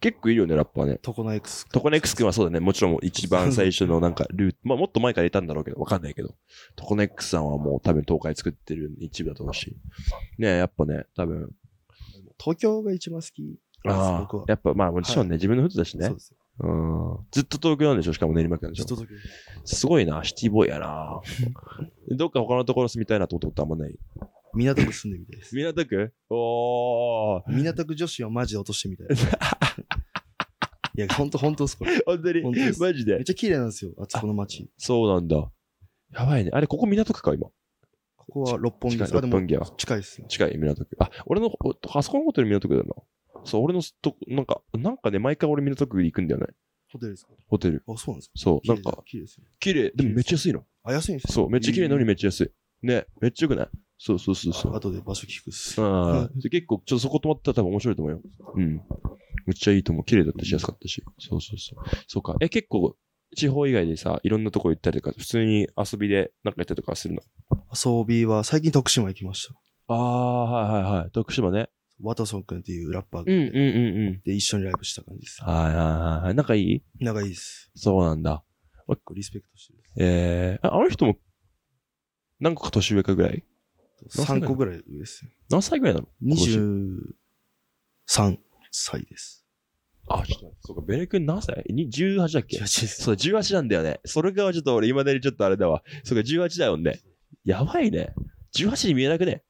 結構いるよね、ラッパーね。トコナエクス。トコネックス君はそうだね。もちろん一番最初のなん かルート、まあもっと前からいたんだろうけど、わかんないけど。トコネックスさんはもう多分東海作ってる一部だと思うし。ねえやっぱね、多分。東京が一番好き。あ僕あは。、やっぱまあもちろんね、自分のことだしそうね。ですよ。うん。ずっと東京なんでしょしかも練馬区なんでちしょっとょだけ。すごいな、シティボーイやな どっか他のところ住みたいなと思ったことあんまない。港区住んでみたい です。港区おー。港区女子はマジで落としてみたい。 いや、ほんと、ほんとです、これ。本当に本当ですマジめっで。ちゃ綺麗なんですよ、あそこの街。そうなんだ。やばいね。あれ、ここ港区か、今。ここは六本木近でい、す。あ、で六も本、木は。近いですよ。近い、港区。あ、俺の、おあそこのホテル港区だよな。そう、俺のとこ、なんか、なんかね、毎回俺港区行くんだよね。ホテルですかホテル。あ、そうなんですかそう、綺な麗んじゃか、綺麗ですよ。綺麗。でもめっちゃ安いの。あ、安いんですそう、めっちゃ綺麗なのににめっちゃ安い。ね、めっちゃ良くないそうそうそうそう。後で場所聞くっす。ああ、で結構、ちょっとそこ泊まったら多分面白いと思うよ。うん。めっちゃいいと思う。綺麗だったし、安かったし。そうそうそう。そうか。え、結構、地方以外でさ、いろんなとこ行ったりとか、普通に遊びでなんかやったりとかするの。遊びは、最近徳島行きましあた。あ、はいはいはい。徳島ね。ワトソン君っていうラッパーうがんいうんてうんうん。で、一緒にライブした感じです。はいはいはい。仲いい仲いいです。そうなんだ。結構リスペクトしてる。えー、ああの人も、何個か年上かぐらい何歳3個ぐらい上ですよ。何歳ぐらいなの23歳です。あ、ちょっと待って、そうか、ベレ君何歳に ?18 だっけ18です。そう、18なんだよね。それがちょっと俺、未だにちょっとあれだわ。そうか、18だよね。やばいね。18に見えなくね。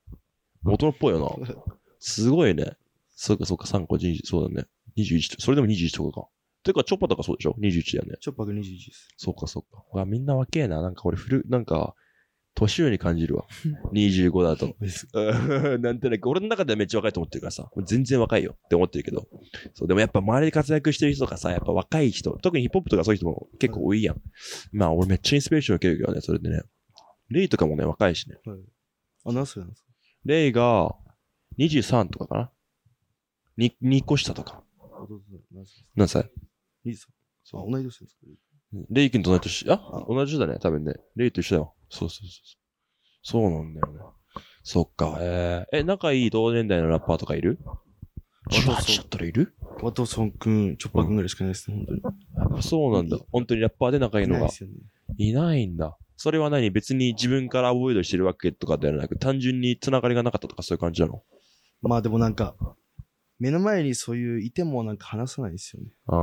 大人っぽいよな。すごいね。そうか、そうか、3個、20、そうだね。21と、それでも21とかか。てか、チョッパとかそうでしょ ?21 だよね。チョッパーが21です。そうか、そうか。うわ、みんな若えな。なんか俺、古、なんか、年上に感じるわ。25だと。うん なんとなく、俺の中ではめっちゃ若いと思ってるからさ、全然若いよって思ってるけど、そう、でもやっぱ周りで活躍してる人とかさ、やっぱ若い人、特にヒップホップとかそういう人も結構多いやん。まあ、俺めっちゃインスピレーション受けるけどね、それでね。レイとかもね、若いしね。あ、何歳なんですかレイが23とかかな。に、2個下とか。弟さん何歳ですか何歳 ?23。あ、同い年ですかレイ君と同じ年、あ、同じだね、多分ね。レイと一緒だよ。そうそうそうそう。そうなんだよね。そっか、えー、え、仲いい同年代のラッパーとかいるそうそう ?18 だったらいるワトソン君、チョッパー君ぐらいしかないですね、本当に。あそうなんだ。本当にラッパーで仲いいのないがですよね。いないんだ。それは何別に自分から覚えドしてるわけとかではなく、単純につながりがなかったとかそういう感じなのまあでもなんか、目の前にそういういてもなんか話さないですよね。 あ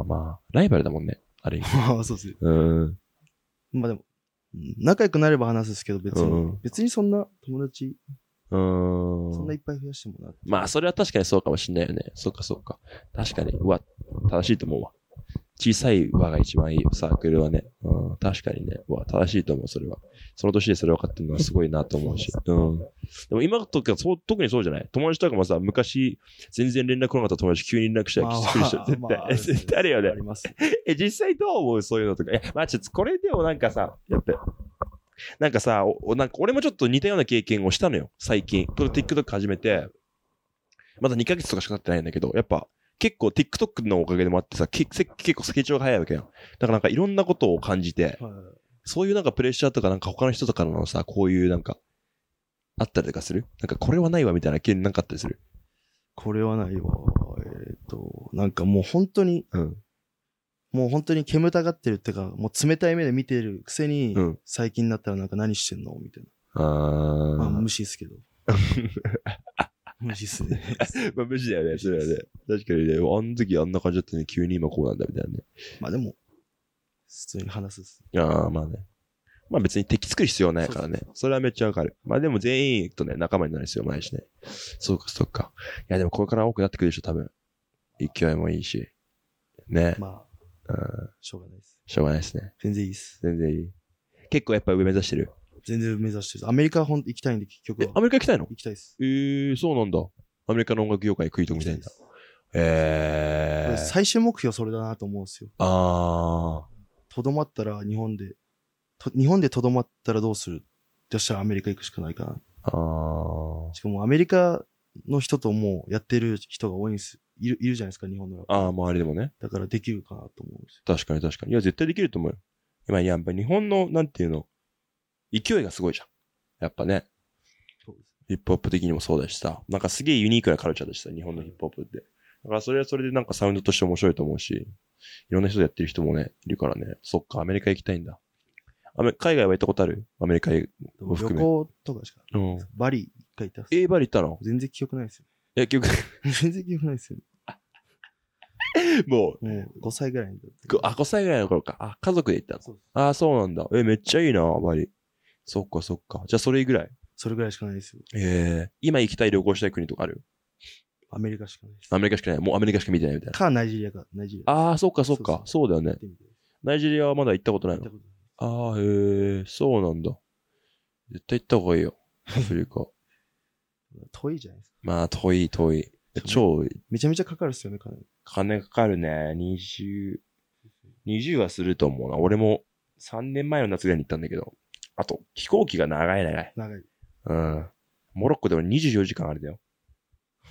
あ、まあ、ライバルだもんね。ある意味。まあそうですね。うん。まあでも、うん仲良くなれば話すんですけど、別に、うん別にそんな友達、うん。そんないっぱい増やしてもな。まあ、それは確かにそうかもしんないよね。そっかそっか。確かに。うわ、正しいと思うわ。小さい輪が一番いいよ、サークルはね。うん、確かにね。うわ、正しいと思う、それは。その年でそれ分かってるのはすごいなと思うし。うん。でも今とかそう、特にそうじゃない友達とかもさ、昔、全然連絡来なかった友達急に連絡したらびっくりした。絶ま対、あ 絶対あるよねあ。ります。え、実際どう思うそういうのとか。え、まあ、ちょっとこれでもなんかさ、やっぱ、なんかさ、おおなんか俺もちょっと似たような経験をしたのよ、最近。この TikTok 始めて、まだ2ヶ月とかしか経ってないんだけど、やっぱ、結構 TikTok のおかげでもあってさ、けせ結構成長が早いわけよ。だからなんかいろんなことを感じて、はいそういうなんかプレッシャーとかなんか他の人とかのさ、こういうなんか、あったりとかするなんかこれはないわみたいな急になんかあったりする。これはないわ。えっ、と、なんかもう本当に、うん。もう本当に煙たがってるっていうか、もう冷たい目で見てるくせに、うん最近になったらなんか何してんのみたいあな。まあー。無視です けど。無視っすね。まあ無視だよね、それはね。確かにね、あの時あんな感じだったのに急に今こうなんだみたいなね。まあでも、普通に話すっす。ああ、まあね。まあ別に敵作る必要はないからね。それはめっちゃわかる。まあでも全員とね、仲間になる必要もないしね。そうか、そうか。いやでもこれから多くなってくるでしょ、多分。勢いもいいし。ね。まあ、うん。しょうがないです。しょうがないですね。全然いいっす。全然いい。結構やっぱ上目指してる。全然目指してる。アメリカほん行きたいんで、結局え、アは。メリカ行きたいの行きたいっす。えー、そうなんだ。アメリカの音楽業界に食いとくみたいな。え俺ー。最終目標それだなと思うんですよ。あとどまったら日本で、と日本でとどまったらどうするそしたらアメリカ行くしかないかな。あ。ああ。しかもアメリカの人ともうやってる人が多いんです。いるいるじゃないですか、日本の。ああ、周りでもね。だからできるかなと思うんです確かに確かに。いや、絶対できると思うよ。今、やっぱ日本の、なんていうの、勢いがすごいじゃん。やっぱね、よ。そうですヒップホップ的にもそうだしさ、なんかすげえユニークなカルチャーでした、日本のヒップホップって。だからそれはそれでなんかサウンドとして面白いと思うし、いろんな人やってる人もね、いるからね、そっか、アメリカ行きたいんだ。アメ海外は行ったことあるアメリカへ。でも含旅め行とかしか。うん。バリ一回行ったっす。えー、バリ行ったの全然記憶ないですよ。 いや、結局、全然記憶ないですよ。 もう、もう5歳ぐらいの時。こあ、5歳ぐらいの頃か。あ、家族で行ったの。そうですあー、そうなんだ。え、めっちゃいいな、バリ。そっか、そっか。じゃあ、それぐらい。それぐらいしかないですよ。ええ今行きたい旅行したい国とかあるアメリカしかないです。アメリカしかない。もうアメリカしか見てないみたいな。か、ナイジェリアか。ナイジェリア。ああ、そっかそっか。そうだよ行ねっ。てみて、ナイジェリアはまだ行ったことない行っのた。ことないああ、へえ、そうなんだ。絶対行った方がいい よ。アフリカ。遠いじゃないですか。まあ、遠い、遠い。超遠い、めちゃめちゃかかるっすよね、金。金かかるね。20、20はすると思うな。俺も3年前の夏ぐらいに行ったんだけど。あと、飛行機が長い長い。長い。うん。モロッコでも24時間あれだよ。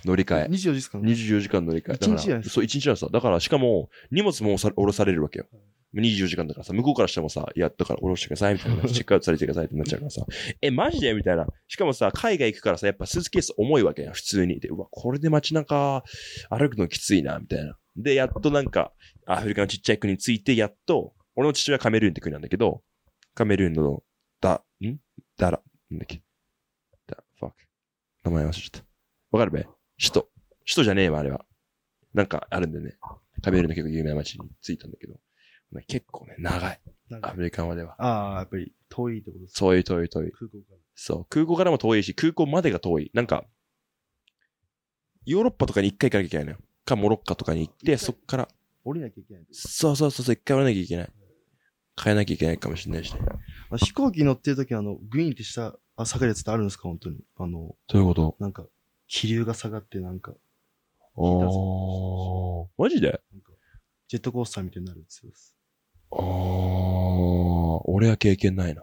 乗り換え。 24時ですか24時間乗り換え。一日じゃだからないですかそう、一日なんですよ。だから、しかも、荷物も下ろされるわけよ。24時間だからさ、向こうからしてもさ、いや、だから下ろしてください、みた いな。チェックアウトされてくださいってなっちゃうからさ、え、マジでみたいな。しかもさ、海外行くからさ、やっぱスーツケース重いわけよ、普通に。で、うわ、これで街中歩くのきついな、みたいな。で、やっとなんか、アフリカのちっちゃい国について、やっと、俺の父親はカメルーンって国なんだけど、カメルーンの、だ、んだら、なんだっけ。だ、fuck。名前忘れちゃった。わかるべ首都。首都じゃねえわ、あれは。なんかあるんでね。カメルーンの結構有名な街に着いたんだけど、ね結構ね、長い。長アいフリカまでは。ああ、やっぱり遠いってことですか遠い遠い遠い。空港から。そう。空港からも遠いし、空港までが遠い。なんか、ヨーロッパとかに一回行かなきゃいけないのよ。か、モロッカとかに行っ一て、回そっから、降りなきゃいけない。そうそうそうそう、一回降らなきゃいけない。変えなきゃいけないかもしれないしね。あ飛行機乗ってる時あの、グイーンってした、あ、下がるやつってあるんですか本当に。あの、どういうことなんか、気流が下がって、なんか、聞いたおー。マジでなんかジェットコースターみたいになるやつです。あー。俺は経験ないな。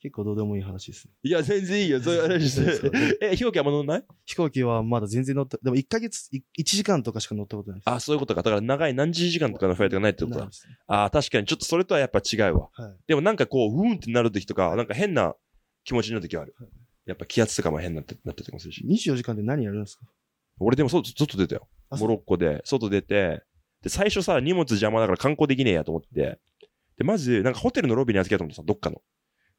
結構どうでもいい話ですね。いや、全然いいよ。そういう話し そうて。そう え、飛行機あんま乗んない飛行機はまだ全然乗った、でも1ヶ月、1時間とかしか乗ったことないです。あ、そういうことか。だから長い何十時間とかのフライトがないってことなだいで。すねああ、確かに。ちょっとそれとはやっぱ違うわ。はい。でもなんかこう、うんってなるときとか、なんか変な気持ちになるときはあるはい。やっぱ気圧とかも変になって、なったりもするし。 24時間で何やるんですか俺でも外、外出たよ。あモロッコで、外出て、で、最初さ、荷物邪魔だから観光できねえやと思って、で、まず、なんかホテルのロビーに預けようと思ってさ、どっかの。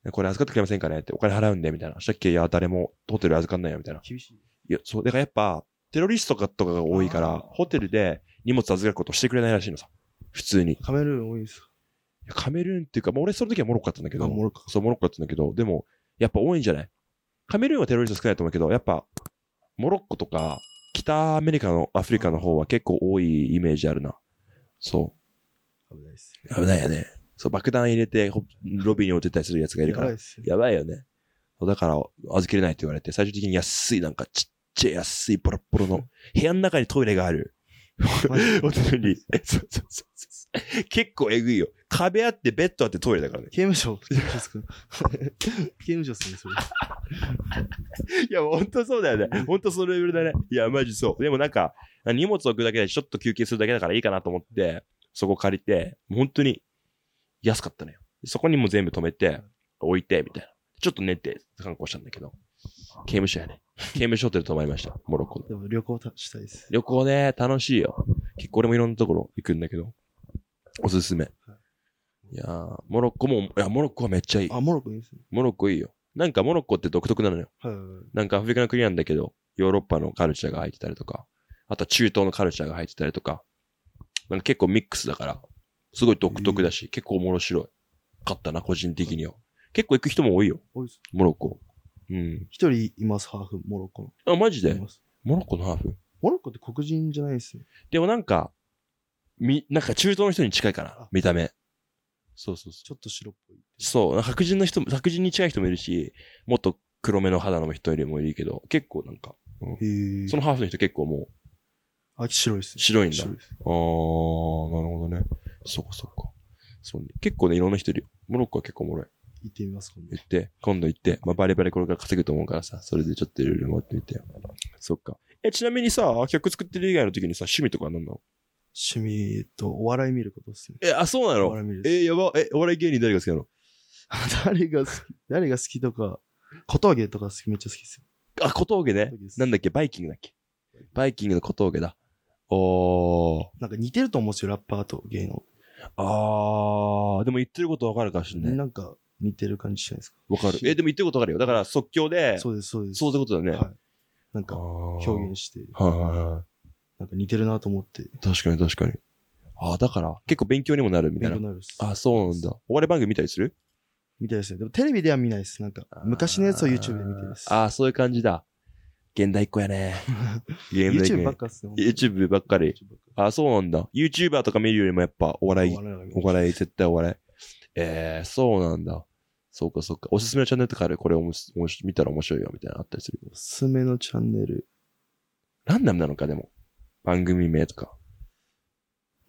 でこれ預かってくれませんかねって、お金払うんで、みたいな。したっけいや、誰もホテル預かんないよ、みたいな。厳しい。いや、そう、だからやっぱ、テロリストかとかが多いから、あーホテルで荷物預けることしてくれないらしいのさ。普通に。いカメルーン多いです。やカメルーンっていうか、もう俺その時はモロッコだったんだけど、あモロッコそう、モロッコだったんだけど、でも、やっぱ多いんじゃないカメルーンはテロリスト少ないと思うけど、やっぱ、モロッコとか、北アメリカの、アフリカの方は結構多いイメージあるな。そう。危ないです。危ないよね。そう、爆弾入れて、ほロビーに置いてったりするやつがいるやかばいらで。すね。やばいよね。そうだから、預けれないって言われて、最終的に安い、なんかちっちゃい安いボロッボロ の、部屋の中にトイレがある。マジホテル に。そうそうそうそう。結構えぐいよ。壁あって、ベッドあってトイレだからね。刑務所刑務所っすか刑務所っすね、それ。いや、ほんとそうだよね。ほんとそのレベルだね。いや、マジそう。でもなんか、荷物置くだけでちょっと休憩するだけだからいいかなと思って、そこ借りて、もう本当に安かったのよ。そこにも全部止めて、置いて、みたいな。ちょっと寝て観光したんだけど、刑務所やね。刑務所ホテル泊まりました。モロッコの。でも旅行たしたいです。旅行ね、楽しいよ。結構俺もいろんなところ行くんだけど、おすすめ。いやー、モロッコも、いや、モロッコはめっちゃいい。あ、モロッコいいですね。モロッコいいよ。なんかモロッコって独特なのよ。はいはいはい。なんかアフリカの国なんだけど、ヨーロッパのカルチャーが入ってたりとか、あとは中東のカルチャーが入ってたりとか、なんか結構ミックスだから、すごい独特だし、結構面白かったな、個人的には。結構行く人も多いよ、多いです。モロッコ。うん。一人います、ハーフ、モロッコあ、マジの。いでます。モロッコのハーフモロッコって黒人じゃないですね。でもなんか、み、なんか中東の人に近いかなあ、見た目。そうそうそう。ちょっと白っぽい。そう、白人の人も、白人に近い人もいるし、もっと黒目の肌の人よりもいるけど、結構なんか、へえ。そのハーフの人結構もうあ、白いですね。白いんだ。白いです。ああ、なるほどね。そっかそっか。そうね。結構ね、いろんな人いるよ。モロッコは結構おもろい。行ってみます、今度行って、今度行って、まあ、バレバレこれから稼ぐと思うからさ、それでちょっといろいろ回ってみてよ。そっか。え、ちなみにさ、曲作ってる以外の時にさ、趣味とか何なの趣味えっと、お笑い見ることですね。え、あ、そうなおの笑い見るえです。やば。え、お笑い芸人誰が好きなの 誰が好き、誰が好きとか、小峠とか好き、めっちゃ好きですよ。あ、小峠ね小峠で。すなんだっけ、バイキングだっけ。バイキングの小峠だ。おー。なんか似てると思うんですよ、ラッパーと芸能。あー。でも言ってることわかるかもしれない。なんか似てる感じじゃないですか。わかる。え、でも言ってることわかるよ。だから即興で、そうです、そうです。そうってことだよね。はい。なんあーか表現して、はいはいはい。なんか似てるなと思って、確かに確かに。ああ、だから、結構勉強にもなるみた勉いな強に。なるっす。ああ、そうなんだ。お笑い番組見たりするみたいですね。でもテレビでは見ないです。なんか、昔のやつを YouTube で見てるです。ああ、そういう感じだ。現代っ子やね。現代っ子 YouTube ねばっかっすね。 YouTube ばっかり。ああ、そうなんだ。YouTuber とか見るよりもやっぱお笑い、おい。笑い、絶対お笑い。ええそうなんだ。そうかそうか。おすすめのチャンネルとかあるこれおもしおもし見たら面白いよ、みたいなのあったりする。おすすめのチャンネル。ランダムなのか、でも。番組名とか。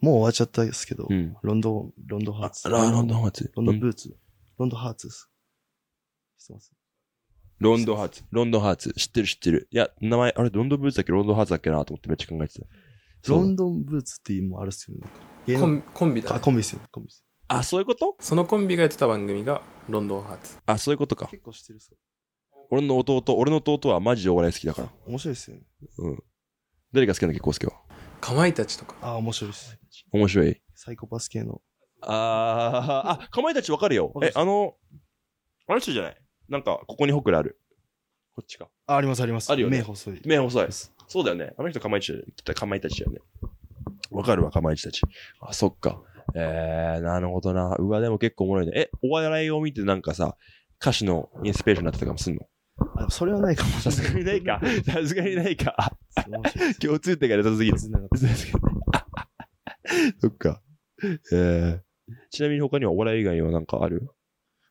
もう終わっちゃったですけどう、ん。ロンドン、ロンドンハーあツ。あら、ロンドンハーツ。ロンドンブーツ。ロンドンハーツです。知ってますロンドンハーツ。ロンドンハーツ。知ってる知ってる。いや、名前、あれ、ロンドンブーツだっけロンドンハーツだっけなと思ってめっちゃ考えてた。そうロンドンブーツっていうのもあるっすよね。なんか芸コ能ンコンビだあ、ねコンビですよ。コンビです。あ、そういうことそのコンビがやってた番組がロンドンハーツあ、そういうことか。結構知ってるっすよ俺の弟、俺の弟はマジでお笑い好きだから。面白いっすよね。うん。誰が好きなんだっけ、コウスケは。かまいたちとかあ、面白いっす。面白い。サイコパス系の。あー、あ、かまいたちわかるよわ。かえる、あの、あの人じゃないなんか、ここにほくろある。こっちか。あ、あります、あります。あるよね目細い。目細い。そうだよね。あの人かまいたち、かまいたちだよね。わかるわ、かまいたち。あ、そっか。えー、なるほどな。うわ、でも結構おもろいね。え、お笑いを見てなんかさ、歌詞のインスピレーションになってたかもすんのあ、それはないかもさしれなすがい。に ないか。さすがにないか。あ面白いっす。共通点が出たすぎる。 全然なかったそっか。えー、ちなみに他にはお笑い以外はなんかある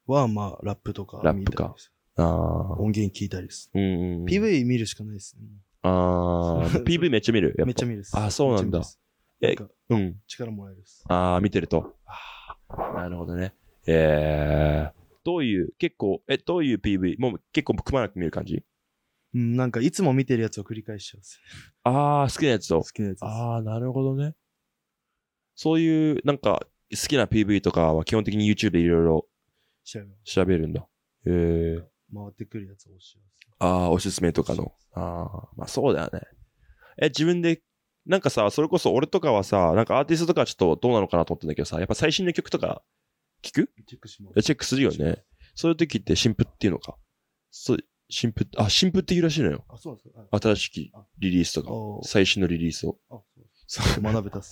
は、まあ、ラップとかラッ見プたかりです。あー。音源聞いたりです。うんうんうん。 PV 見るしかないですね。あー。PV めっちゃ見る。やっぱめっちゃ見るっす。あそうなんだめっちゃ見えるっすなんかうん。力もらえるっす。あー、見てると。あーなるほどね。えー。どういう、結構、え、どういう PV? もう結構くまなく見る感じうん、なんか、いつも見てるやつを繰り返しちゃうんですよ。あー、好きなやつと好。きなやつです。あー、なるほどね。そういう、なんか、好きな PV とかは基本的に YouTube でいろいろ調べま調べるんだ。えー。す回ってくるやつを押しちゃうんですよああ、おすすめとかの。ああ、まあそうだよね。え、自分で、なんかさ、それこそ俺とかはさ、なんかアーティストとかはちょっとどうなのかなと思ったんだけどさ、やっぱ最新の曲とか聞くチェックしまえす。チェックするよね。そういう時って新譜っていうのか。そう、新譜って、あ、新譜って言うらしいのよ。あ、そうなんですか。あ新しきリリースとかお、ー最新のリリースを。あそう学べたっ す。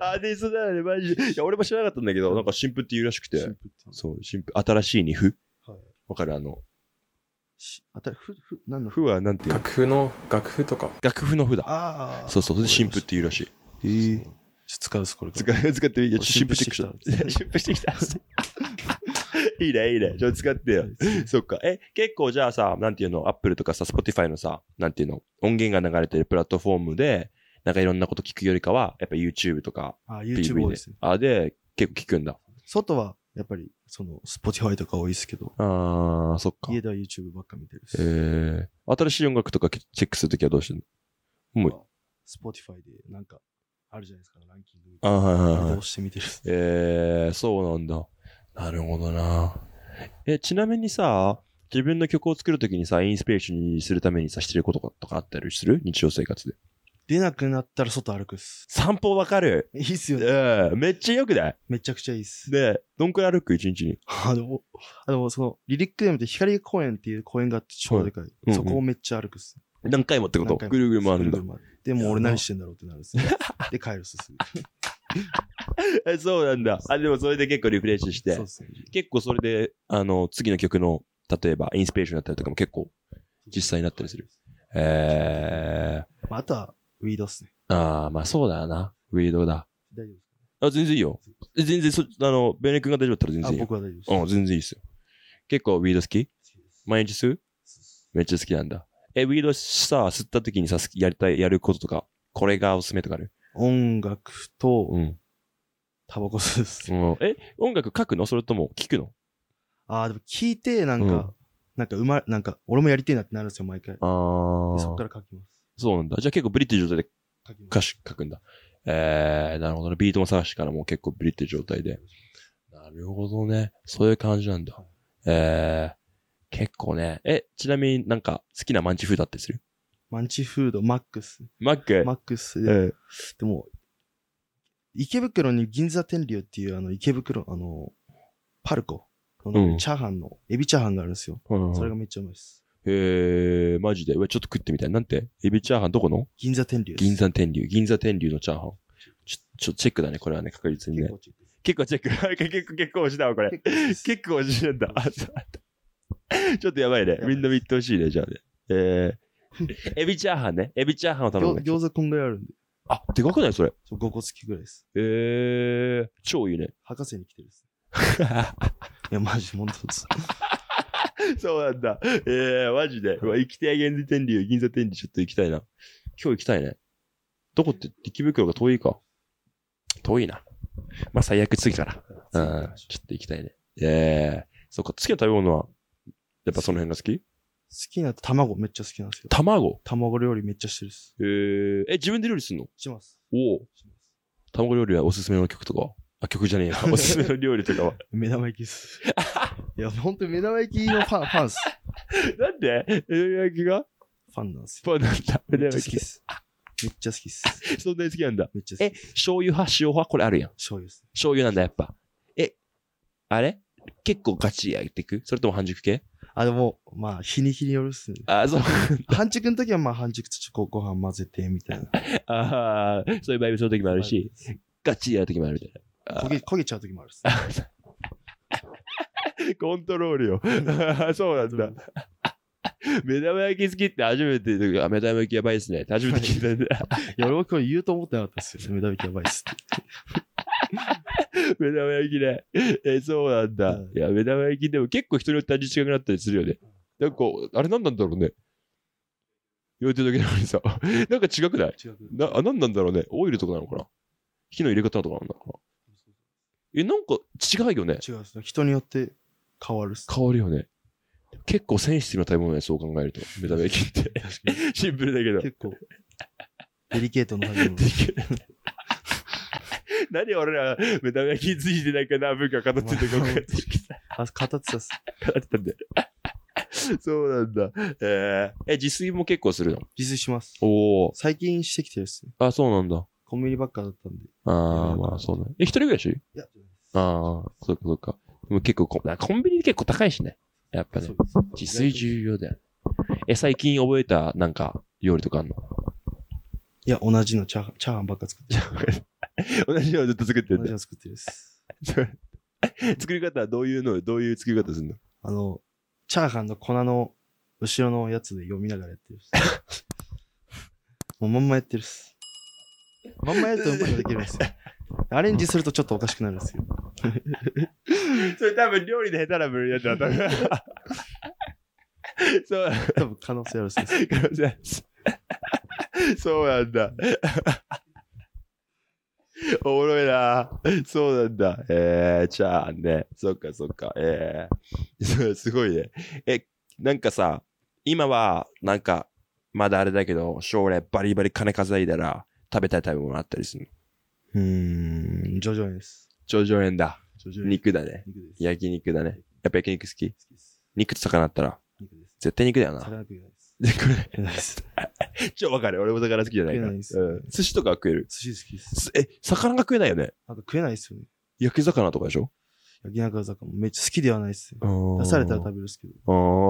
アーティストだよね、マジで。いや、俺も知らなかったんだけど、なんか新譜って言うらしく新て婦っ。ていうそう、新譜、新しいに譜はいわかるあの、しあたふ、ふ、何のふ譜はなんていうの楽譜の、楽譜とか、楽譜の譜だ。ああ。そうそう、それで新譜って言うらしい。えー、使うす、これ使う使ってみて、俺新譜してきた。新譜 してきた。 いいね、いいね。ちょっと使ってよ。 そっか。え、結構じゃあさ、なんていうの、Apple とかさ、Spotify のさ、なんていうの、音源が流れてるプラットフォームで、なんかいろんなこと聞くよりかは、やっぱ YouTube とか、あ、 PV YouTube 多いですね。あ、で、結構聞くんだ。外は、やっぱり、その、Spotify とか多いですけど、あー、そっか。家では YouTube ばっか見てるし、えー、新しい音楽とかチェックするときはどうしてんのもう、 Spotify で、なんか、あるじゃないですか、ランキングみたあいーはいな。はいはいどうして見てるっ すえー、そうなんだ。なるほどな。え、ちなみにさ、自分の曲を作るときにさ、インスピレーションにするためにさ、してることとかあったりする日常生活で。出なくなったら外歩くっす。散歩わかるいいっすよね。うん、めっちゃよくないめちゃくちゃいいっす。で、どんくらい歩く一日に。あの、あの、その、リリックでもって光公園っていう公園があって超でかい。うんそこをめっちゃ歩くっす。何回もってこと何回もぐるぐる回るんだぐ。るぐる回るでもう俺何してんだろうってなるっ す。で、帰るっす、すぐ。え、そうなんだ。あ、でもそれで結構リフレッシュしてそうっ。すね。結構それで、あの、次の曲の、例えば、インスピレーションだったりとかも結構、実際になったりする。えまあ、あとは、ウィードっすね。ー、あー、まあそうだな。ウィードだ。大丈夫ですあ、全然いいよ。え全然、そ、あの、ベネ君が大丈夫だったら全か然いいあ、よ。僕は大丈夫です。うん、全然いいですよ。結構、ウィード好き毎日吸うめっちゃ好きなんだ。え、ウィードさ、吸った時にさ、好きやりたい、やることとか、これがおすすめとかある音楽と、ん。タバコ吸うっす。うんえ、音楽書くのそれとも聞くのああ、でも聞いて、なんか、うんなんか、うま、なんか、俺もやりてえなってなるんですよ、毎回。であそっかー。ら書きます。そうなんだ。じゃあ結構ブリッジ状態で書きま歌す。詞書くんだ。えー、なるほどね。ビートも探してからもう結構ブリッジ状態で。なるほどね。そういう感じなんだ。えー、結構ね。え、ちなみになんか好きなマンチフードあったりするマンチフード、マックス。マックマックスえで、でも、池袋に銀座天竜っていう、あの、池袋、あの、パルコうんのチャーハンの、エビチャーハンがあるんですよ。うんそれがめっちゃうまいです。へえ、マジで。うわちょっと食ってみたい。なんてエビチャーハンどこの銀座天竜です銀座天竜。銀座天竜のチャーハン。ちょ、ちょ、チェックだね、これはね、確実にね結。構チェックで結す構チェック。 結構、結構押しだわ、これ。 結構チェックです結構押しなんだ。あちょっと待 ってちょっとやばいねや。ばいみんな見てほしいね、じゃあね。えー、エビチャーハンね。エビチャーハンを頼む餃ね。餃子こんぐらいあるんで、あ、でかくないそれ。そう5個付きぐらいです。えー、超いいね。博士に来てる です。いや、マジ、本当です。 そうなんだ。えー、マジで。うわ、行きたい銀座天竜、銀座天竜ちょっと行きたいな。今日行きたいね。どこって、池袋が遠いか。遠いな。まあ、最悪次から。うん、ちょっと行きたいね。えー、そっか、好きな食べ物は、やっぱその辺が好き好きな卵めっちゃ好きなんですよ。卵。卵料理めっちゃしてるっす。えー、え、自分で料理すんのします。おお。します卵料理はおすすめの曲とかはあ、曲じゃねえ や。おすすめの料理とかは。目玉焼きっ す。いや、本当に目玉焼きのファン、ファンっす。なんで目玉焼きがファンなんですよ。そうなんだ。目めっ玉ちゃ焼 き好きっ。す。めっちゃ好きっす。そんなに好きなんだ。めっちゃ好きっす。醤油派、塩派、これあるやん。醤油っす。醤油なんだ、やっぱ。え、あれ結構ガチ焼いてくそれとも半熟系あ、でも、まあ、日に日による っすね。あ、そう。半熟の時は、まあ、半熟とちょっとご飯混ぜて、みたいな。 ああ、そういうバイブする時もあるし、ガチやる時もあるみたい焦げ、焦げちゃう時もあるっす。な。コントロールよ。 そうなんだ。 目玉焼き好きって初めてあ、目玉焼きやばいですね。初めて聞いたんだ。 いや、俺も今日言うと思ってなかったっすよ。目玉焼きやばいっすって。目玉焼きね。え、そうなんだ。うんいや、目玉焼きでも結構人によって味違くなったりするよね。なんか、あれなんなんだろうね。言うてるだけなのにさ、 なんか違くない 違う。な、あ、なんなんだろうね。オイルとかなのかな火の入れ方とかなんだろうかなえ、なんか違うよね。違うっすね。人によって変わるっす。変わるよね。結構センシティブな食べ物ね、そう考えると。目玉焼きって。 シンプルだけど。 結構、デリケートな感じ何俺ら目玉焼きについてなんか何分か語ってんだか分かってきた。あ、語ってたっす。語ってたんだよ。 そうなんだ。えーえ、自炊も結構するの自炊します。おお。最近してきてるっすね。あ、そうなんだ。コンビニばっかだったんで。ああ、まあそうだね。え、一人暮らしいや、ああ、そうかそうか。でも結構こ、コンビニで結構高いしね。やっぱねそう、です自炊重要だよね。え、最近覚えた、なんか、料理とかあんのいや、同じのチャーハンチャーハンばっか作ってる。同じのずっと作って同んだじよ。の作ってるです。 作り方はどういうの、どういう作り方するのあの、チャーハンの粉の後ろのやつで読みながらやってるっす。 もうまんまやってるっす。まんまやるとうまいのできるんですよ。 アレンジするとちょっとおかしくなるんですよ。それ多分料理で下手な分野だ、多分。 そう、多分可能性あるっすね。 そうなんだ。おもろいな。そうなんだ。えー、じゃあね。そっかそっか。えー そう、すごいね。え、なんかさ、今は、なんか、まだあれだけど、将来バリバリ金稼いだら、食べたい食べ物あったりするのうーん、徐々にです。頂上園だ。徐々に。肉だね。肉です。焼肉だね。やっぱ焼肉好き好きです。肉と魚あったら、肉です。絶対肉だよな。魚食えないです。でこれ、食えないです。寿ちょ、わかる。俺も魚好きじゃないから。食えないですうん寿司とかは食える。司好きです。すえ、魚が食えないよね。あと食えないですよね。焼き魚とかでしょ焼き中魚もめっちゃ好きではないですよ。出出されたら食べるんですけど、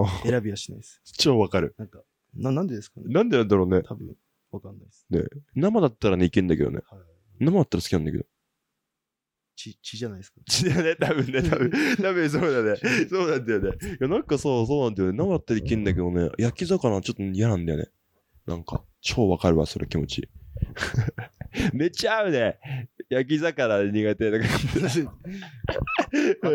ああ、選びはしないです。超わかる。なんか、な、なんでですかねなんでなんだろうね。多分、わかんないです。生だったらね、いけんだけどね。はい。生だったら好きなんだけど。血、血じゃないですか。ちだね、多分ね、 多分、多分そうだね。そうなんだよね。いや、なんかそう、そうなんだよね。生だったらいけんだけどね、焼き魚はちょっと嫌なんだよね。なんか、超わかるわ、それ気持ち。 めっちゃ合うね。焼き魚苦手だか合ら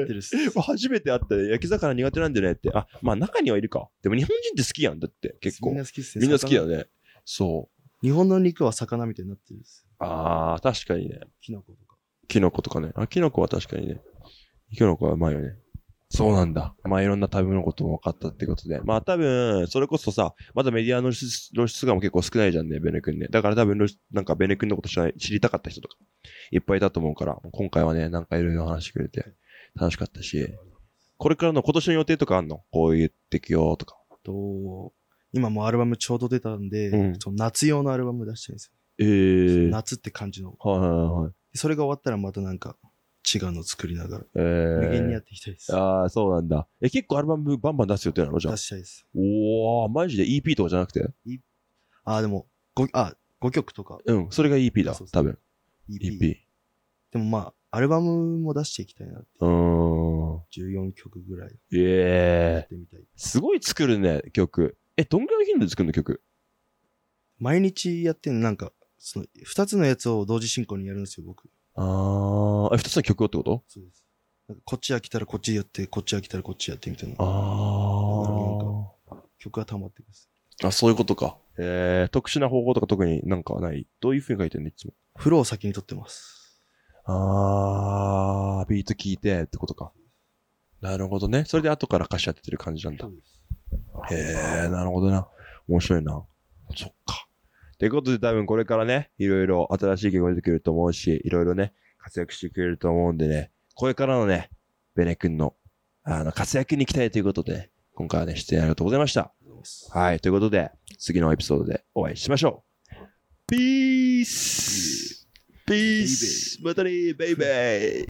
って。るっす。初めて会ったね焼き魚苦手なんじゃないって。あ、まあ中にはいるか。でも日本人って好きやん、だって結構。みんな好きっすね。みんな好きだ魚ね。そ日本の肉は魚みたいになってるっす。う。ああ、確かにね。キノコとか。キノコとかね。あ、キノコは確かにね。キノコはうまいよね。そうなんだ。まあ、いろんな食べ物のことも分かったってことで。まあ、多分、それこそさ、まだメディアの露出露出がも結構少ないじゃんね、ベネ君ね。だから多分露出、なんかベネ君のこと知らない知りたかった人とか、いっぱいいたと思うから、今回はね、なんかいろいろ話してくれて、楽しかったし、これからの今年の予定とかあんのこう言ってきようとか。と、今もうアルバムちょうど出たんで、うんその夏用のアルバム出したいんですええよ。ー。はい夏って感じの。はいはい。それが終わったらまたなんか、違うの作りながら、ええ無限にやーっ。ていきたいです。ああ、そうなんだ。え、結構アルバムバンバン出す予定なのじゃあ出。したいです。おおマジで EP とかじゃなくてあー、でも、ご、あ、5曲とかうん、それが EP だ、そうそ多分。 EP。 EP。でもまあ、アルバムも出していきたいなって。うーん。 14曲ぐらいやえっえてみたい。すごい作るね、曲。え、どんぐらいの頻度で作るの曲毎日やってんの、なんか、その、2つのやつを同時進行にやるんですよ、僕。ああ、え、二つの曲をってことそうです。なんかこっち飽きたらこっちやって、こっち飽きたらこっちやってみたいな。あ曲が溜まってくるんです。あ。あ、そういうことか。ええ特殊な方法とか特になんかはない。どういう風に書いてんのいつも。フローを先に撮ってます。ああ、ビート聞いてってことか。なるほどね。それで後から歌詞当ててる感じなんだ。へえ、なるほどな。面白いな。そっか。ってことで多分これからね、いろいろ新しい曲が出てくると思うし、いろいろね、活躍してくれると思うんでね、これからのね、ベネ君の、あの、活躍に期待ということで、今回はね、出演ありがとうございました。はい、ということで、次のエピソードでお会いしましょう。ピースピースまたねバイバイ